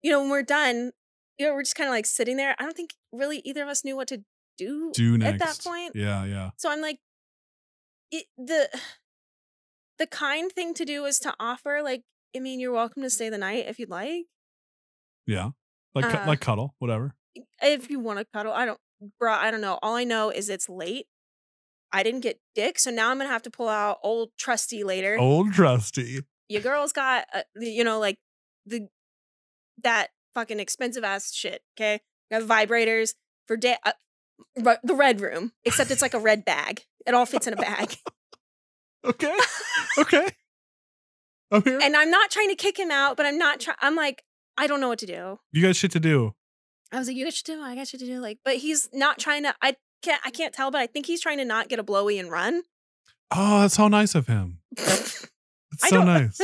D: you know, when we're done, you know, we're just kind of like sitting there. I don't think really either of us knew what to do.
B: Do next
D: At that point-
B: Yeah, yeah.
D: So I'm like, it, the the kind thing to do is to offer, like, I mean, you're welcome to stay the night if you'd like,
B: Yeah. Like cu-
D: Uh,
B: like cuddle, whatever.
D: if you want to cuddle. I don't, bruh, I don't know. All I know is it's late. I didn't get dick, so now I'm gonna have to pull out old trusty later.
B: Old trusty.
D: your girl's got uh, the- you know like the that fucking expensive ass shit okay got vibrators for day uh, ru- the red room except it's like a red bag it all fits in a bag
B: Okay. okay. I'm here.
D: and i'm not trying to kick him out but i'm not trying i'm like i don't know what to do
B: you got shit to do.
D: i was like you got shit to do i got shit to do like but he's not trying to i can't i can't tell but i think he's trying to not get a blowy and run
B: Oh, that's so nice of him.
D: I
B: It's so
D: don't-
B: nice.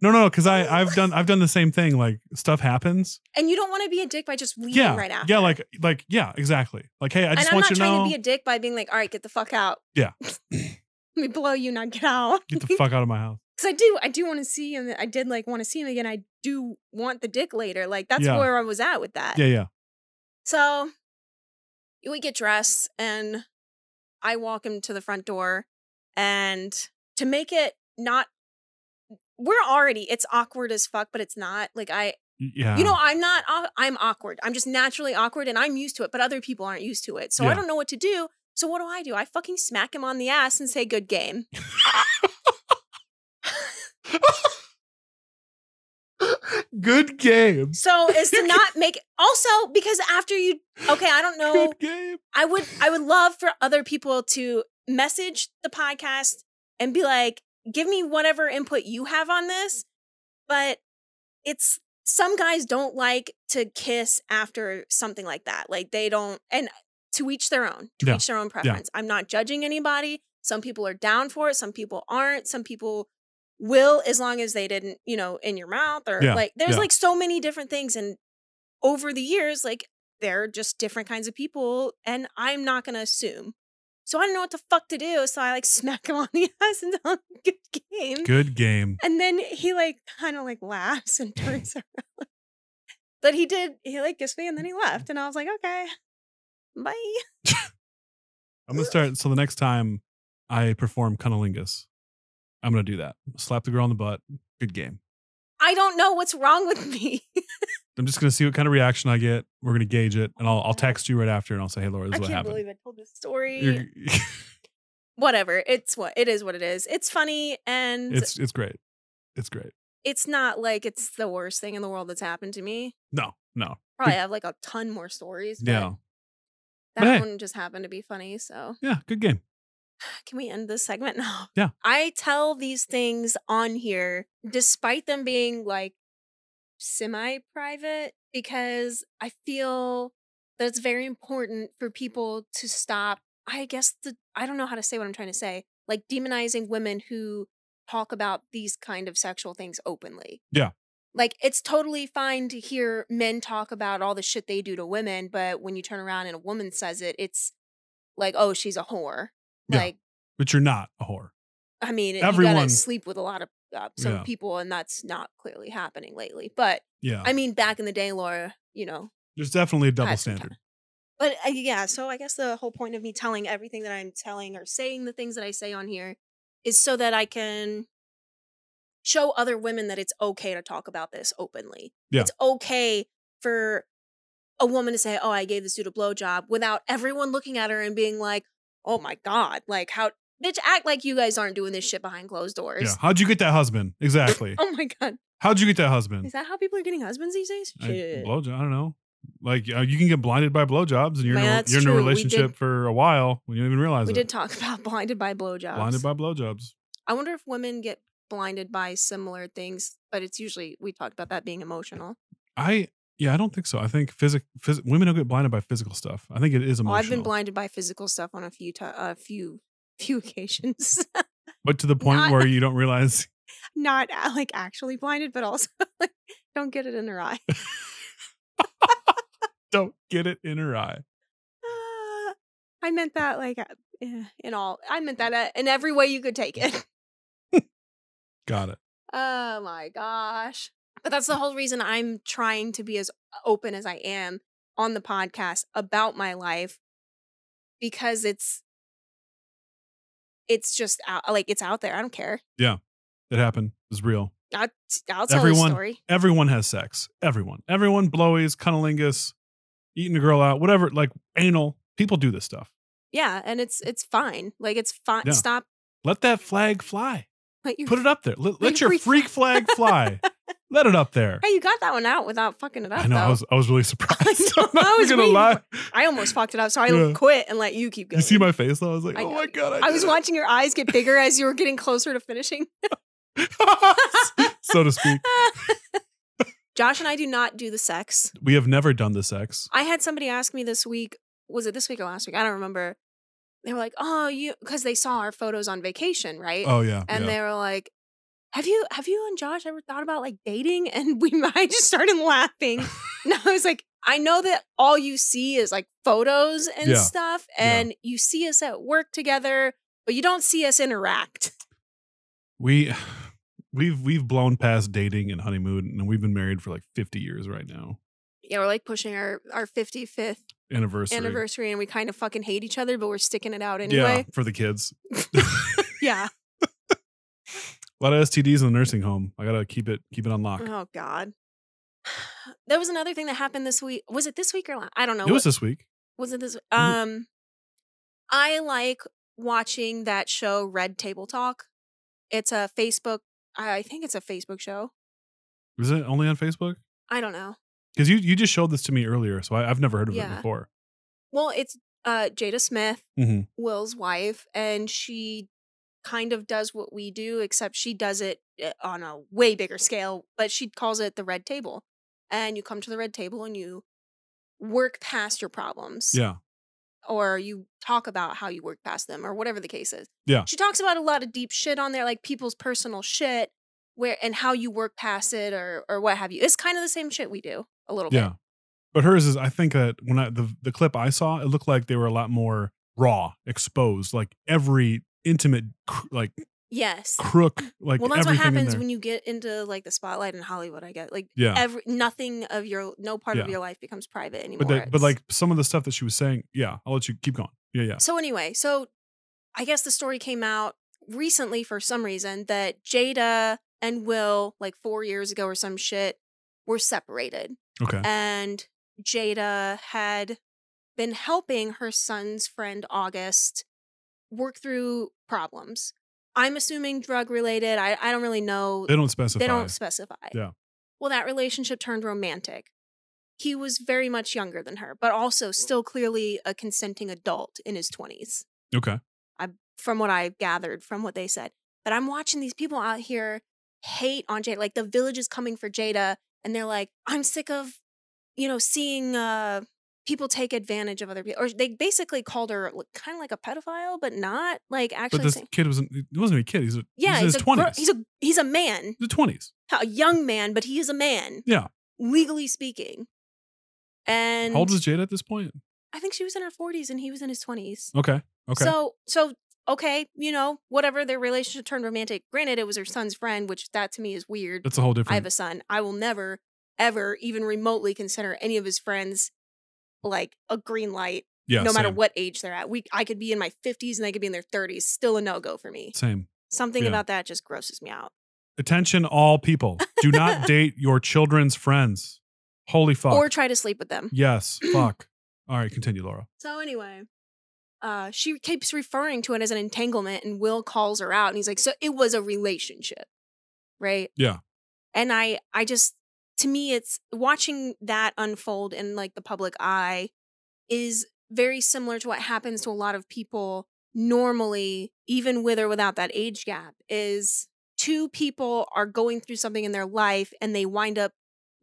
B: No, no, because I I've done I've done the same thing. Like stuff happens.
D: and you don't want to be a dick by just leaving
B: yeah.
D: right after
B: Yeah, like like yeah, exactly. Like hey, I just
D: and I'm
B: want
D: not
B: you to
D: trying
B: know
D: to be a dick by being like, all right, get the fuck out.
B: Yeah.
D: Let me blow you, not get out.
B: get the fuck out of my house.
D: Because I do, I do want to see him. I did like want to see him again. I do want the dick later. Like that's
B: Yeah.
D: where I was at with that.
B: Yeah, yeah.
D: So we get dressed and I walk him to the front door. And to make it not, we're already, it's awkward as fuck, but it's not. Like I,
B: Y- Yeah.
D: you know, I'm not, aw- I'm awkward. I'm just naturally awkward and I'm used to it, but other people aren't used to it. So
B: Yeah.
D: I don't know what to do. So what do I do? I fucking smack him on the ass and say, good game.
B: good games.
D: So as to not make, also because after you, okay, I don't know.
B: Good game.
D: I would, I would love for other people to message the podcast and be like, give me whatever input you have on this. But it's, some guys don't like to kiss after something like that. Like they don't, and to each their own, to
B: Yeah.
D: each their own preference. I'm not judging anybody. Some people are down for it, some people aren't, some people will as long as they didn't, you know, in your mouth or
B: Yeah,
D: like there's
B: yeah.
D: like so many different things. And over the years, like they're just different kinds of people, and I'm not gonna assume. So I don't know what the fuck to do. So I like smack him on the ass and tell him good game.
B: Good game.
D: And then he like kind of like laughs and turns around. But he did, he like kissed me and then he left. And I was like, okay, bye.
B: I'm gonna start. So the next time I perform cunnilingus, I'm gonna do that. Slap the girl on the butt. Good game.
D: I don't know what's wrong with me.
B: I'm just gonna see what kind of reaction I get. We're gonna gauge it, and I'll I'll text you right after, and I'll say, "Hey, Laura, this
D: I
B: is what
D: can't
B: happened."
D: believe I told this story.
B: You're-
D: Whatever. It's what it is what it is. It's funny and it's,
B: it's it's great. It's great.
D: not like it's the worst thing in the world that's happened to me.
B: No, no,
D: Probably have like a ton more stories. But
B: yeah, But
D: That
B: hey.
D: one just happened to be funny. So
B: yeah. Good game.
D: can we end this segment now?
B: Yeah.
D: I tell these things on here, despite them being like semi private, because I feel that it's very important for people to stop. I guess the, I don't know how to say what I'm trying to say, like demonizing women who talk about these kind of sexual things openly.
B: Yeah.
D: Like it's totally fine to hear men talk about all the shit they do to women, but when you turn around and a woman says it, it's like, oh, she's a whore.
B: Yeah.
D: Like
B: But you're not a whore.
D: I mean, you
B: Everyone-
D: gotta sleep with a lot of uh, some
B: Yeah.
D: people, and that's not clearly happening lately. But
B: Yeah,
D: I mean, back in the day, Laura, you know,
B: there's definitely a double
D: had some
B: standard.
D: kinda- But uh, yeah, so I guess the whole point of me telling everything that I'm telling or saying the things that I say on here is so that I can show other women that it's okay to talk about this openly.
B: Yeah.
D: It's okay for a woman to say, "Oh, I gave this dude a blowjob," without everyone looking at her and being like, "Oh my god!" Like how. Bitch, act like you guys aren't doing this shit behind closed doors.
B: Yeah. How'd you get that husband? Exactly.
D: Oh my god.
B: How'd you get that husband?
D: Is that how people are getting husbands these days?
B: I,
D: Shit.
B: blowjob. I don't know. Like uh, you can get blinded by blowjobs, and you're
D: Yeah,
B: in a,
D: that's
B: you're in a
D: true. We
B: relationship
D: did-
B: for a while when you don't even realize
D: We
B: it.
D: did talk about blinded by blowjobs.
B: blinded by blowjobs.
D: I wonder if women get blinded by similar things, but it's usually we talked about that being emotional.
B: I yeah, I don't think so. I think physic, phys- women don't get blinded by physical stuff. I think it is
D: Oh,
B: emotional.
D: I've been blinded by physical stuff on a few ti a few few occasions.
B: but to the point
D: Not-
B: where you don't realize
D: Not uh, like actually blinded, but also like don't get it in her eye.
B: don't get it in her eye.
D: Uh, I meant that like uh, eh, in all. I meant that uh, in every way you could take it.
B: Got it.
D: Oh my gosh. But that's the whole reason I'm trying to be as open as I am on the podcast about my life because it's it's just out like it's out there. I don't care.
B: It happened. It's real.
D: I'll, I'll tell
B: Everyone-
D: a story.
B: Everyone has sex. Everyone. Everyone. Blowies, cunnilingus, eating a girl out, whatever. Like anal. People do this stuff.
D: Yeah, and it's it's fine. Like it's fine.
B: Yeah.
D: Stop.
B: Let that flag fly.
D: Let your,
B: Put it up there. Let, let
D: your
B: your
D: free
B: freak flag fly. Let it up there.
D: Hey, you got that one out without fucking it up.
B: I know.
D: Though.
B: I was, I was really surprised.
D: know,
B: I'm not
D: I was
B: gonna
D: waiting
B: lie.
D: I almost fucked it up, so I
B: Yeah.
D: quit and let you keep going.
B: You see my face though? I was like,
D: I
B: oh
D: know.
B: my god. I,
D: I
B: did
D: was
B: it.
D: watching your eyes get bigger as you were getting closer to finishing.
B: so to speak.
D: Josh and I do not do the sex.
B: We have never done the sex.
D: I had somebody ask me this week, was it this week or last week? I don't remember. They were like, "Oh, you," because they saw our photos on vacation, right?
B: Oh yeah.
D: and
B: yeah.
D: they were like, "Have you, have you and Josh ever thought about like dating?" And we, I just started laughing. and I was like, "I know that all you see is like photos and
B: Yeah.
D: stuff,
B: Yeah.
D: and you see us at work together, but you don't see us interact."
B: we we've we've blown past dating and honeymoon and we've been married for like 50 years right now.
D: Yeah, we're like pushing our our fifty fifth
B: Anniversary.
D: anniversary, and we kind of fucking hate each other, but we're sticking it out
B: Yeah,
D: anyway.
B: for the kids.
D: Yeah.
B: A lot of STDs in the nursing home. I gotta keep it keep it on lock.
D: Oh God. That was another thing that happened this week. Was it this week or last? I don't know.
B: It was Mm-hmm. this week.
D: was it this um i like watching that show red table talk it's a facebook i I think it's a facebook show
B: Was it only on Facebook?
D: i don't know
B: Because you you just showed this to me earlier, so I, I've never heard of it
D: Yeah.
B: before.
D: well it's uh jada smith
B: Mhm.
D: will's wife and she kind of does what we do except she does it uh, on a way bigger scale but she calls it the red table and you come to the red table and you work past your problems
B: Yeah.
D: or you talk about how you work past them or whatever the case is.
B: Yeah.
D: She talks about a lot of deep shit on there, like people's personal shit, where and how you work past it or or what have you. It's kind of the same shit we do a little
B: Yeah. But hers is I think that when I the, the clip I saw, it looked like they were a lot more raw, exposed, like every intimate cr- like
D: bit. Yes.
B: crook, like
D: well, that's what
B: everything in
D: happens
B: there.
D: when you get into like the spotlight in Hollywood. I guess like
B: yeah.
D: every nothing of your no part of
B: Yeah.
D: your life becomes private anymore.
B: but that, but
D: It's-
B: like some of the stuff that she was saying, yeah, I'll let you keep going. Yeah, yeah.
D: So anyway, so I guess the story came out recently for some reason that Jada and Will, like four years ago or some shit, were separated.
B: Okay.
D: and Jada had been helping her son's friend August work through problems. I'm assuming drug related. I, I don't really know.
B: They don't specify.
D: They don't specify.
B: Yeah.
D: Well, that relationship turned romantic. He was very much younger than her, but also still clearly a consenting adult in his 20s
B: okay.
D: from what I gathered from what they said. But I'm watching these people out here hate on Jada. Like the village is coming for Jada, and they're like, I'm sick of, you know, seeing uh people take advantage of other people. Or they basically called her kind of like a pedophile, but not like
B: But
D: actually.
B: this
D: saying,
B: kid wasn't. He wasn't a kid. He's a, He's
D: yeah,
B: in his
D: he's, a gr-
B: twenties.
D: he's a he's a man,
B: the twenties.
D: a young man, but he is a man.
B: Yeah.
D: legally speaking. And
B: How old was Jada at this point?
D: I think she was in her 40s and he was in his 20s.
B: Okay. Okay.
D: So, so okay, you know, whatever their relationship turned romantic. Granted, it was her son's friend, which that to me is weird.
B: That's a whole different.
D: I have a son. I will never, ever, even remotely consider any of his friends like a green light,
B: yeah.
D: no matter
B: same,
D: what age they're at. We, I could be in my fifties and they could be in their thirties. Still a no go for me.
B: Same.
D: Something
B: Yeah.
D: about that just grosses me out.
B: Attention, all people. Do not date your children's friends. Holy fuck.
D: Or try to sleep with them.
B: yes. Fuck. All right. Continue, Laura.
D: So anyway, uh, she keeps referring to it as an entanglement, and Will calls her out, and he's like, "So it was a relationship, right?"
B: Yeah.
D: And I, I just, to me, it's watching that unfold in like the public eye is very similar to what happens to a lot of people normally, even with or without that age gap. Is two people are going through something in their life, and they wind up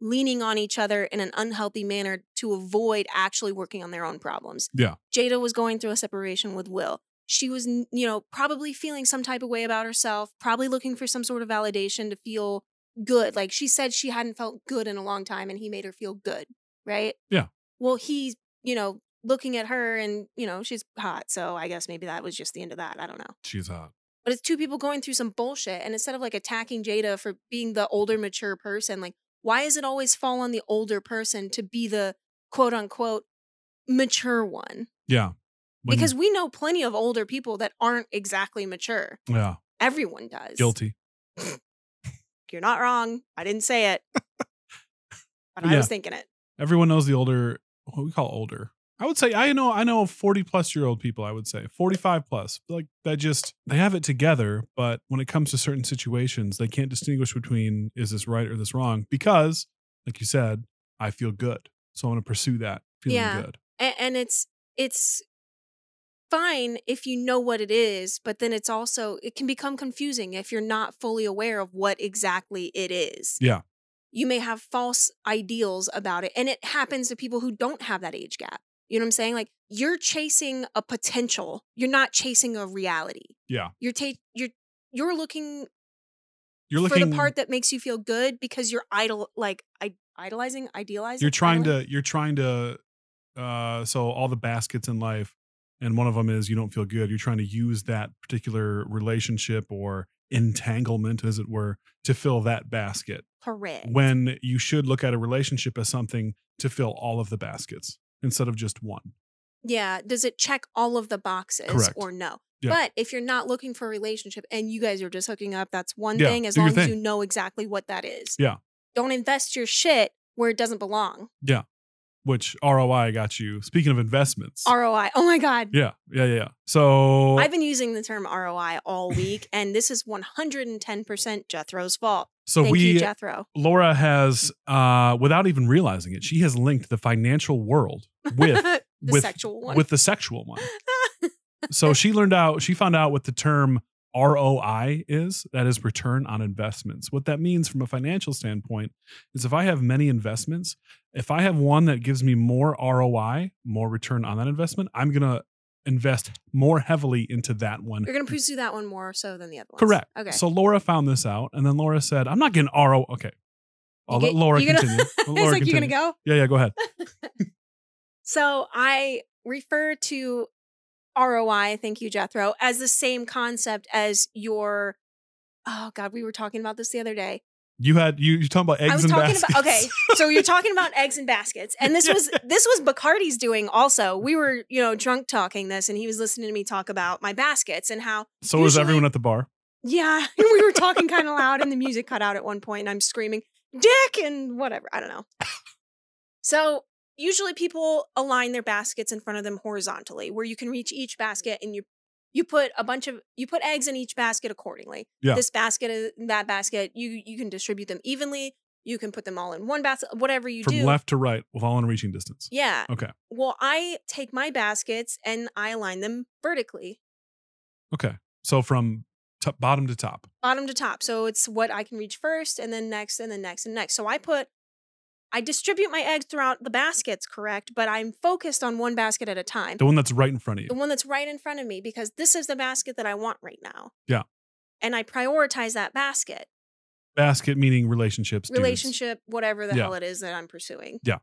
D: leaning on each other in an unhealthy manner to avoid actually working on their own problems.
B: Yeah.
D: Jada was going through a separation with Will. She was, n- you know, probably feeling some type of way about herself, probably looking for some sort of validation to feel good. Like she said she hadn't felt good in a long time and he made her feel good, right?
B: Yeah.
D: Well, he's, you know, looking at her and, you know, she's hot. So I guess maybe that was just the end of that. I don't know
B: She's hot.
D: but it's two people going through some bullshit and instead of like attacking jada for being the older mature person like Why does it always fall on the older person to be the quote unquote mature one?
B: Yeah. When-
D: because we know plenty of older people that aren't exactly mature.
B: yeah,
D: Everyone does.
B: guilty.
D: You're not wrong. I didn't say it. but I
B: Yeah.
D: was thinking it.
B: Everyone knows the older, what we call older. I would say I know I know 40 plus year old people I would say 45 plus like that just they have it together but when it comes to certain situations they can't distinguish between is this right or this wrong because like you said I feel good so I'm going to pursue that feeling
D: Yeah.
B: good.
D: and, and it's it's fine if you know what it is but then it's also it can become confusing if you're not fully aware of what exactly it is
B: Yeah.
D: you may have false ideals about it and it happens to people who don't have that age gap you know what i'm saying like you're chasing a potential you're not chasing a reality
B: Yeah.
D: you're ta- you're you're looking
B: You're
D: for
B: looking
D: the part that makes you feel good because you're idol like I- idolizing idealizing
B: you're trying
D: idolizing?
B: to you're trying to uh so all the baskets in life and one of them is you don't feel good you're trying to use that particular relationship or entanglement as it were to fill that basket
D: correct
B: when you should look at a relationship as something to fill all of the baskets instead of just one
D: Yeah. Does it check all of the boxes
B: Correct.
D: or no?
B: Yeah.
D: But if you're not looking for a relationship and you guys are just hooking up, that's one
B: Yeah,
D: thing as
B: do your
D: long as you
B: thing.
D: know exactly what that is.
B: Yeah.
D: Don't invest your shit where it doesn't belong.
B: which ROI got you speaking of investments
D: ROI. Oh my God.
B: yeah yeah yeah, yeah so
D: I've been using the term ROI all week, and this is 110% Jethro's fault.
B: so
D: Thank
B: we
D: you, Jethro.
B: Laura has uh without even realizing it she has linked the financial world with
D: the
B: with-
D: sexual one.
B: with the sexual one. so she learned out, she found out what the term ROI is that is return on investments. What that means from a financial standpoint is if I have many investments, if I have one that gives me more ROI, more return on that investment, I'm going to invest more heavily into that one.
D: You're going to pursue that one more so than the other one.
B: Correct.
D: Okay.
B: So Laura found this out and then Laura said, I'm not getting RO. Okay. I'll
D: You
B: let
D: get-
B: Laura
D: you gonna-
B: continue. Let
D: it's
B: Laura
D: like, you're going
B: continue.
D: to go?
B: Yeah, yeah, go ahead.
D: So I refer to ROI, thank you, Jethro, as the same concept as your. Oh God, we were talking about this the other day.
B: You had you you talking about eggs
D: I was
B: and
D: talking
B: baskets.
D: about okay, so you're talking about eggs and baskets, and this was this was Bacardi's doing. Also, we were you know drunk talking this, and he was listening to me talk about my baskets and how
B: So was
D: Usually-
B: everyone at the bar.
D: yeah, and we were talking kind of loud, and the music cut out at one point, and I'm screaming, dick, and whatever. I don't know. So, usually people align their baskets in front of them horizontally, where you can reach each basket and you you put a bunch of you put eggs in each basket accordingly.
B: Yeah.
D: This basket is that basket, you you can distribute them evenly, you can put them all in one basket, whatever you
B: from
D: do.
B: left to right with all in reaching distance.
D: Yeah.
B: Okay.
D: Well, I take my baskets and I align them vertically,
B: Okay. So from top, bottom to top.
D: bottom to top. So it's what I can reach first and then next and then next and next. So I put I distribute my eggs throughout the baskets, correct, but I'm focused on one basket at a time.
B: The one that's right in front of
D: Mm-hmm. The
B: you.
D: one that's right in front of me because this is the basket that I want right now.
B: Yeah.
D: And I prioritize that basket,
B: Basket meaning relationships. dudes.
D: relationship, whatever the
B: Yeah.
D: hell it is that I'm pursuing.
B: Yeah.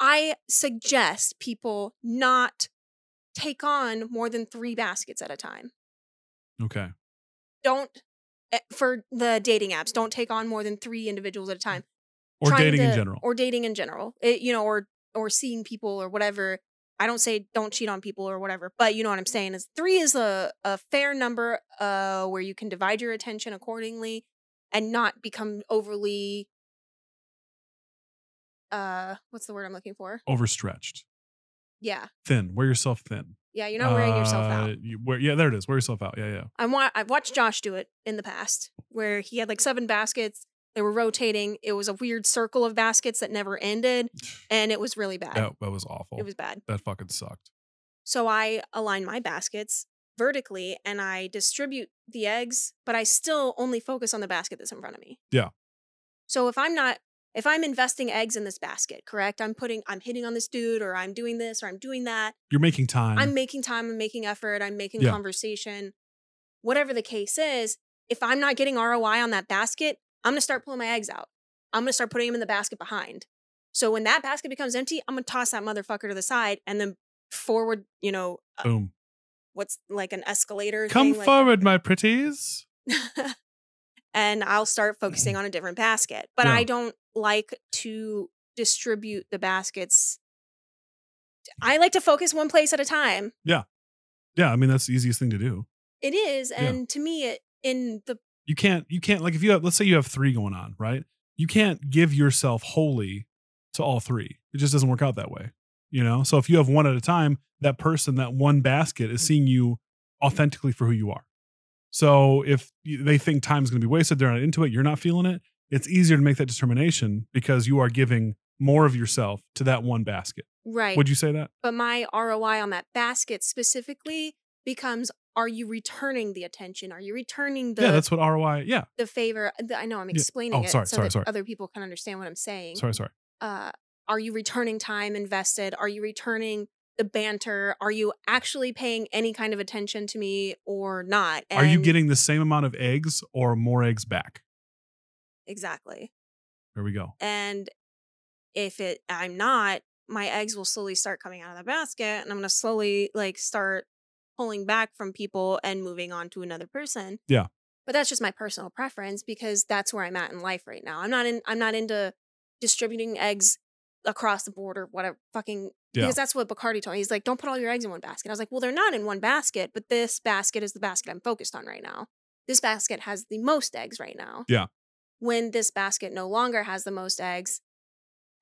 D: I suggest people not take on more than 3 baskets at a time.
B: Okay.
D: Don't eh, for the dating apps, don't take on more than 3 individuals at a time.
B: Or
D: trying
B: dating in
D: to-
B: general.
D: or dating in general It- you know or or seeing people or whatever i don't say don't cheat on people or whatever but you know what i'm saying is three is a, a fair number uh where you can divide your attention accordingly and not become overly uh what's the word i'm looking for
B: Overstretched.
D: yeah
B: Thin. Wear yourself thin.
D: yeah you're not wearing yourself
B: Uh,
D: out
B: you wear- yeah, there it is. Wear yourself out. Yeah, yeah.
D: i want i've watched josh do it in the past where he had like seven baskets they were rotating it was a weird circle of baskets that never ended and it was really bad
B: That, that was awful.
D: it was bad
B: that fucking sucked.
D: So I align my baskets vertically and I distribute the eggs, but I still only focus on the basket that's in front of me.
B: Yeah.
D: So if I'm not if I'm investing eggs in this basket, correct? I'm putting I'm hitting on this dude or I'm doing this or I'm doing that.
B: You're making time.
D: I'm making time, I'm making effort, I'm making
B: Mm. Yeah.
D: conversation. Whatever the case is, if I'm not getting ROI on that basket, I'm going to start pulling my eggs out. I'm going to start putting them in the basket behind. So when that basket becomes empty, I'm going to toss that motherfucker to the side and then forward, you know, uh,
B: Boom.
D: what's like an escalator
B: Come
D: thing, like-
B: forward, my pretties.
D: and I'll start focusing on a different basket. But
B: Yeah.
D: I don't like to distribute the baskets. I like to focus one place at a time.
B: Yeah, I mean that's the easiest thing to do.
D: It is,
B: Yeah.
D: and to me, it in the
B: You can't you can't like if you have let's say you have three going on, right? You can't give yourself wholly to all three. It just doesn't work out that way. You know? So if you have one at a time, that person, that one basket is seeing you authentically for who you are. So if you- they think time's gonna be wasted, they're not into it, you're not feeling it, it's easier to make that determination because you are giving more of yourself to that one basket.
D: right,
B: Would you say that?
D: but my ROI on that basket specifically becomes: Are you returning the attention? Are you returning the
B: yeah, that's what ROI. Yeah.
D: the favor? The, I know I'm
B: Yeah.
D: explaining
B: Oh,
D: it
B: sorry,
D: so
B: sorry,
D: that
B: sorry.
D: other people can understand what I'm saying.
B: Sorry, sorry.
D: uh, are you returning time invested? Are you returning the banter? Are you actually paying any kind of attention to me or not?
B: Are you
D: And-
B: getting the same amount of eggs or more eggs back?
D: exactly?
B: There we go.
D: And if it, I'm not, my eggs will slowly start coming out of the basket, and I'm gonna slowly like start pulling back from people and moving on to another person.
B: Yeah.
D: But that's just my personal preference because that's where I'm at in life right now. I'm not in. I'm not into distributing eggs across the board or whatever fucking
B: Yeah.
D: because that's what Bacardi told me. He's like, don't put all your eggs in one basket. I was like, well, they're not in one basket, but this basket is the basket I'm focused on right now. This basket has the most eggs right now.
B: Yeah.
D: When this basket no longer has the most eggs,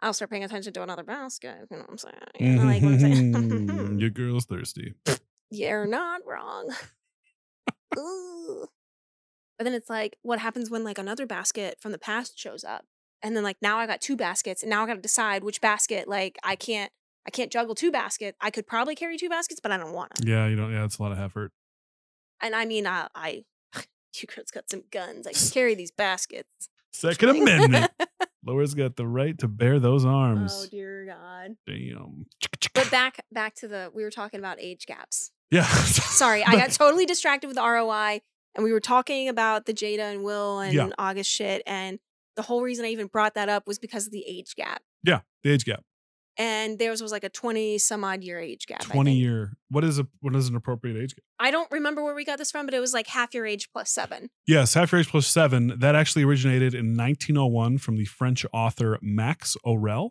D: I'll start paying attention to another basket. You know what I'm saying? You know, like what I'm
B: Mm-hmm.
D: saying? Hmm.
B: Your girl's thirsty.
D: You're not wrong. Ooh. But then it's like, what happens when like another basket from the past shows up? And then like now I got two baskets and now I gotta decide which basket, like I can't I can't juggle two baskets. I could probably carry two baskets, but I don't wanna.
B: Yeah, you know, yeah, it's a lot of effort.
D: And I mean I I you girls got some guns. I can carry these baskets.
B: Second Amendment. Laura's got the right to bear those
D: oh
B: arms.
D: dear God.
B: Damn.
D: But back back to the we were talking about age gaps.
B: Yeah.
D: Sorry, I got totally distracted with the ROI, and we were talking about the Jada and Will and
B: Yeah.
D: August shit, and the whole reason I even brought that up was because of the age gap,
B: yeah, the age gap.
D: and theirs was like a twenty some odd year age gap. I
B: 20
D: think.
B: year. What is a what is an appropriate age gap?
D: I don't remember where we got this from, but it was like half your age plus seven.
B: Yes, half your age plus seven. That actually originated in 1901 from the French author Max Aurel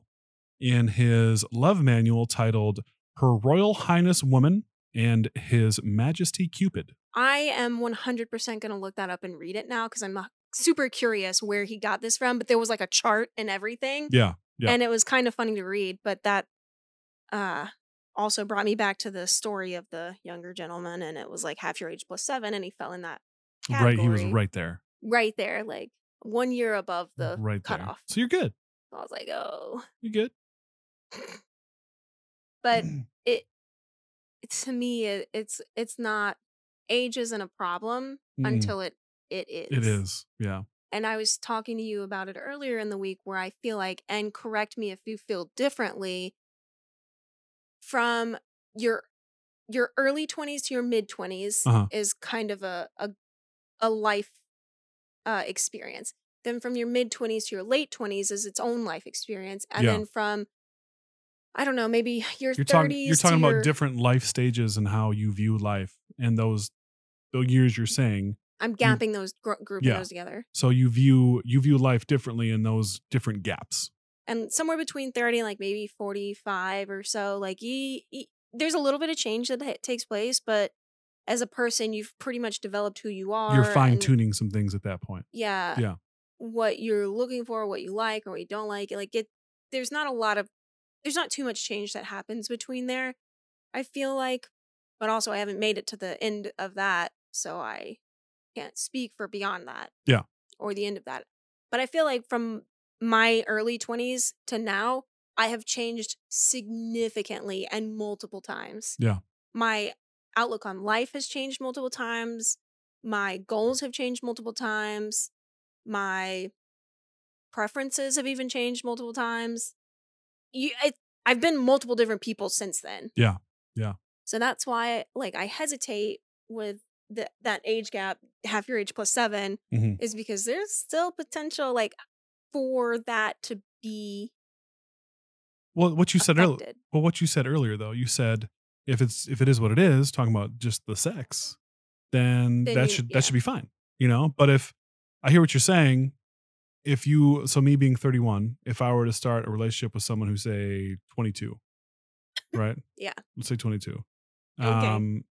B: in his love manual titled Her Royal Highness Woman and His Majesty Cupid.
D: I am one hundred percent gonna look that up and read it now because I'm uh, super curious where he got this from. But there was like a chart and everything.
B: Yeah. Yeah.
D: and it was kind of funny to read but that uh also brought me back to the story of the younger gentleman and it was like half your age plus seven and he fell in that
B: Right. He was
D: Category.
B: right there.
D: right there like one year above the
B: right there.
D: cutoff
B: So you're good.
D: i was like oh
B: You're good. Mm.
D: but it to me it, it's it's not age isn't a problem
B: Mm,
D: until it it is
B: it is. Yeah.
D: and I was talking to you about it earlier in the week where I feel like, and correct me if you feel differently, from your your early 20s to your mid 20s
B: Uh-huh.
D: is kind of a a, a life uh, experience. Then from your mid 20s to your late 20s is its own life experience. And
B: Yeah.
D: then from I don't know, maybe your
B: You're
D: 30s
B: talking you're talking
D: to
B: about
D: your,
B: different life stages and how you view life and those the years you're saying.
D: I'm gapping those gr- grouping
B: Yeah.
D: those together.
B: So you view you view life differently in those different gaps.
D: and somewhere between 30 and like maybe 45 or so like ye, ye- there's a little bit of change that ha- takes place but as a person you've pretty much developed who you are
B: You're
D: and
B: fine tuning some things at that point.
D: yeah
B: Yeah.
D: what you're looking for what you like or what you don't like like it there's not a lot of there's not too much change that happens between there i feel like but also i haven't made it to the end of that so i can't speak for beyond that
B: Yeah.
D: or the end of that but i feel like from my early 20s to now i have changed significantly and multiple times
B: Yeah.
D: my outlook on life has changed multiple times my goals have changed multiple times my preferences have even changed multiple times you it, i've been multiple different people since then
B: Yeah, yeah.
D: so that's why like i hesitate with the, that age gap half your age plus 7
B: Mhm.
D: is because there's still potential like for that to be
B: Well, what you said earlier
D: affected.
B: well, what you said earlier though, you said if it's if it is what it is, talking about just the sex, then,
D: Then
B: that
D: you-
B: should
D: yeah.
B: that should be fine. You know? But if I hear what you're saying. If you, so me being 31, if I were to start a relationship with someone who's say 22, right?
D: Yeah.
B: Let's say 22.
D: Okay.
B: Um,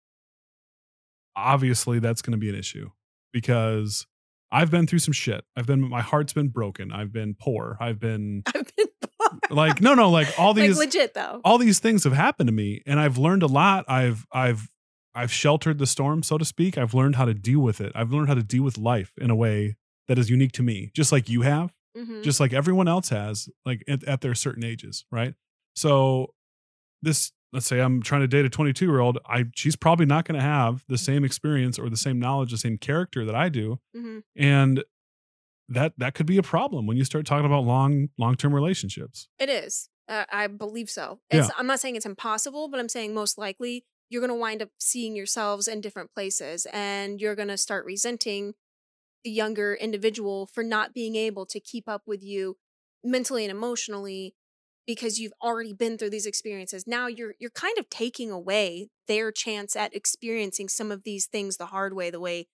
B: obviously, that's going to be an issue because I've been through some shit. I've been, my heart's been broken. I've been poor. I've been
D: I've been
B: like, no, no, like all these,
D: like legit though.
B: all these things have happened to me and I've learned a lot. I've I've I've sheltered the storm, so to speak. I've learned how to deal with it. I've learned how to deal with life in a way that is unique to me, just like you have,
D: Mhm.
B: just like everyone else has, like at, at their certain ages, right? So this let's say I'm trying to date a 22 year old, I she's probably not gonna have the same experience or the same knowledge, the same character that I do
D: Mhm.
B: and that that could be a problem when you start talking about long long term relationships.
D: It is. Uh, I believe so.
B: Yeah.
D: It's, I'm not saying it's impossible, but I'm saying most likely you're going to wind up seeing yourselves in different places and you're going to start resenting the younger individual for not being able to keep up with you mentally and emotionally because you've already been through these experiences. Now you're you're kind of taking away their chance at experiencing some of these things the hard way the way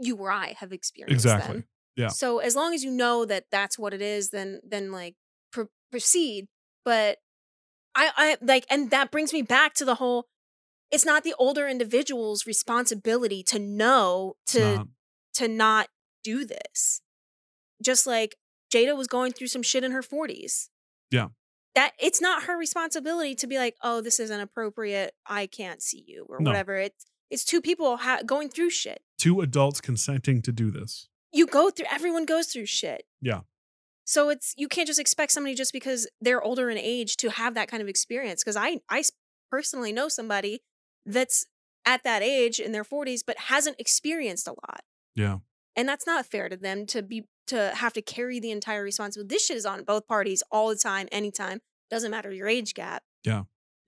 D: you or I have experienced them.
B: Exactly. Yeah.
D: So as long as you know that that's what it is, then then like pr- proceed. But I I like, and that brings me back to the whole. It's not the older individual's responsibility to know
B: It's
D: to
B: not-
D: to not do this. Just like Jada was going through some shit in her 40s.
B: Yeah.
D: That it's not her responsibility to be like, "Oh, this isn't appropriate. I can't see you" or
B: No.
D: whatever. It's it's two people ha- going through shit.
B: two adults consenting to do this.
D: You go through everyone goes through shit.
B: Yeah.
D: So it's you can't just expect somebody just because they're older in age to have that kind of experience because I I s- personally know somebody that's at that age in their 40s but hasn't experienced a lot.
B: Yeah.
D: and that's not fair to them to be to have to carry the entire responsibility. This shit is on both parties all the time, anytime. Doesn't matter your age gap.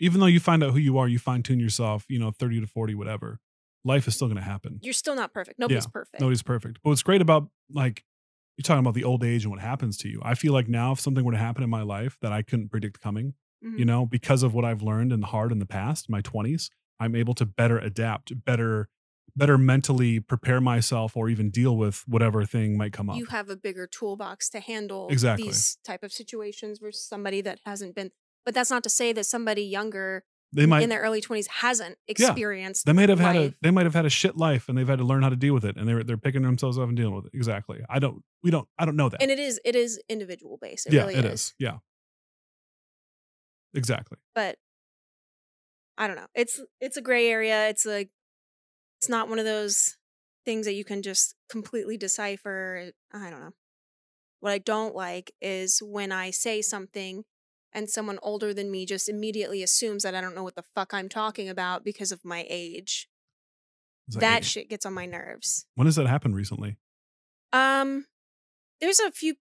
B: Even though you find out who you are, you fine tune yourself, you know, 30 to 40, whatever, life is still going to happen.
D: You're still not perfect. Nobody's perfect.
B: Nobody's perfect. But what's great about like, you're talking about the old age and what happens to you. I feel like now, if something were to happen in my life that I couldn't predict coming, you
D: Mhm.
B: know, because of what I've learned and hard in the past, my 20s, I'm able to better adapt, better, better mentally prepare myself or even deal with whatever thing might come up.
D: You have a bigger toolbox to handle
B: Exactly.
D: these type of situations versus somebody that hasn't been. But that's not to say that somebody younger
B: they might
D: in their early 20s hasn't experienced.
B: They might have had a
D: life.
B: they might have had a shit life and they've had to learn how to deal with it and they're they're picking themselves up and dealing with it. Exactly. I don't we don't I don't know that.
D: And it is it is individual based. It
B: yeah,
D: really
B: it
D: is.
B: is. Yeah. Exactly.
D: but I don't know. It's it's a gray area. It's like it's not one of those things that you can just completely decipher. I don't know. What I don't like is when I say something and someone older than me just immediately assumes that I don't know what the fuck I'm talking about because of my age.
B: It's like,
D: that
B: hey,
D: shit gets on my nerves.
B: when has that happened recently?
D: Um, there's a few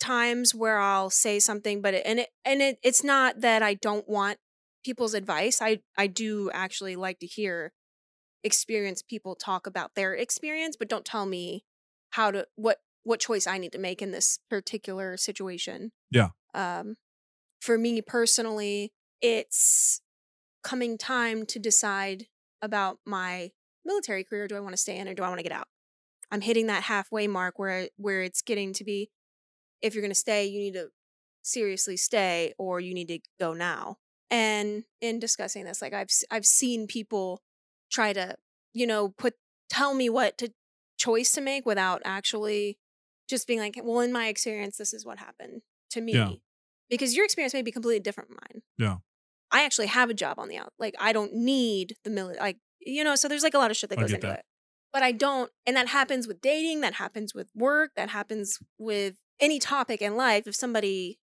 D: times where I'll say something, but it, and it and it, it's not that I don't want people's advice. I I do actually like to hear experienced people talk about their experience, but don't tell me how to what what choice I need to make in this particular situation.
B: Yeah.
D: Um, for me personally, it's coming time to decide about my military career. Do I want to stay in or do I want to get out? I'm hitting that halfway mark where where it's getting to be if you're going to stay, you need to seriously stay or you need to go now. And in discussing this, like I've s- I've seen people try to, you know, put tell me what to choice to make without actually just being like, well, in my experience, this is what happened to me.
B: Yeah.
D: Because your experience may be completely different from mine.
B: Yeah.
D: I actually have a job on the out. Like I don't need the military. Like you know, so there's like a lot of shit that
B: I
D: goes
B: get
D: into
B: that.
D: it. But I don't, and that happens with dating. That happens with work. That happens with any topic in life. If somebody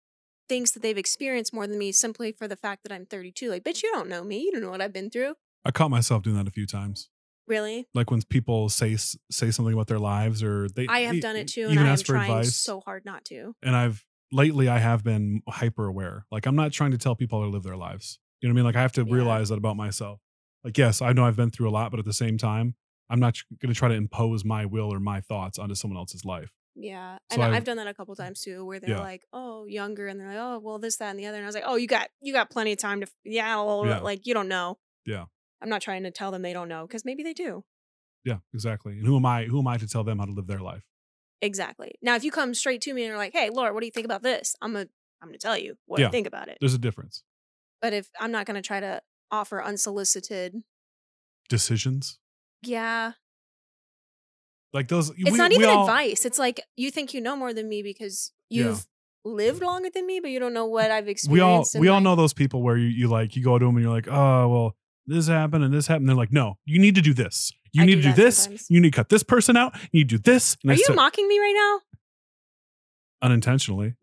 D: thinks that they've experienced more than me simply for the fact that I'm 32, like, bitch, you don't know me. You don't know what I've been through.
B: I caught myself doing that a few times.
D: Really,
B: Like when people say s- say something about their lives or they
D: I have
B: e-
D: done it too, and
B: even
D: I am
B: ask for
D: trying
B: advice.
D: so hard not to.
B: and I've lately I have been hyper aware. Like I'm not trying to tell people how to live their lives. You know what I mean? Like I have to
D: Yeah.
B: realize that about myself. Like yes, I know I've been through a lot, but at the same time, I'm not going to try to impose my will or my thoughts onto someone else's life.
D: Yeah,
B: So
D: and I've,
B: I've-
D: done that a couple times too, where they're
B: Yeah.
D: like, "Oh, younger," and they're like, "Oh, well, this, that, and the other," and I was like, "Oh, you got you got plenty of time to, f- yeah, well,
B: Yeah.
D: like you don't know."
B: Yeah.
D: I'm not trying to tell them they don't know because maybe they do.
B: Yeah, exactly. And who am I? Who am I to tell them how to live their life?
D: Exactly. Now, if you come straight to me and you're like, "Hey, Laura, what do you think about this?" I'm gonna I'm gonna tell you what
B: Yeah.
D: I think about it.
B: There's a difference.
D: But if I'm not gonna try to offer unsolicited,
B: Decisions
D: yeah,
B: like those.
D: it's not even advice. It's like you think you know more than me because
B: Yeah.
D: you've lived longer than me, but you don't know what I've experienced.
B: We all
D: in
B: we all
D: life.
B: know those people where you, you like you go to them and you're like, oh well, this happened and this happened. They're like, no, you need to do this. You
D: I
B: need
D: do
B: to do
D: that
B: this.
D: sometimes.
B: You need to cut this person out. You need to do this. And
D: Are
B: I
D: you
B: said-
D: mocking me right now?
B: unintentionally?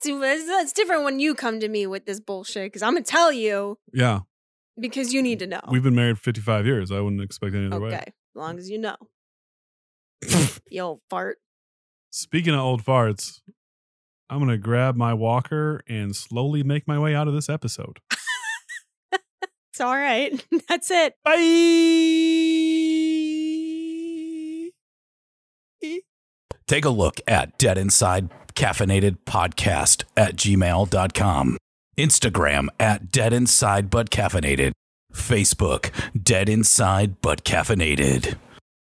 D: See, It's, it's different when you come to me with this bullshit because I'm gonna tell you
B: Yeah,
D: because you need to know.
B: we've been married 55 years. I wouldn't expect any other
D: Oh. okay,
B: way.
D: as long as you know, you old fart.
B: Speaking of old farts, I'm gonna grab my walker and slowly make my way out of this episode.
D: It's all right. That's it.
B: Bye.
A: Take a look at Dead Inside Caffeinated Podcast at gmail.com, Instagram at Dead Inside But Caffeinated, Facebook Dead Inside But Caffeinated.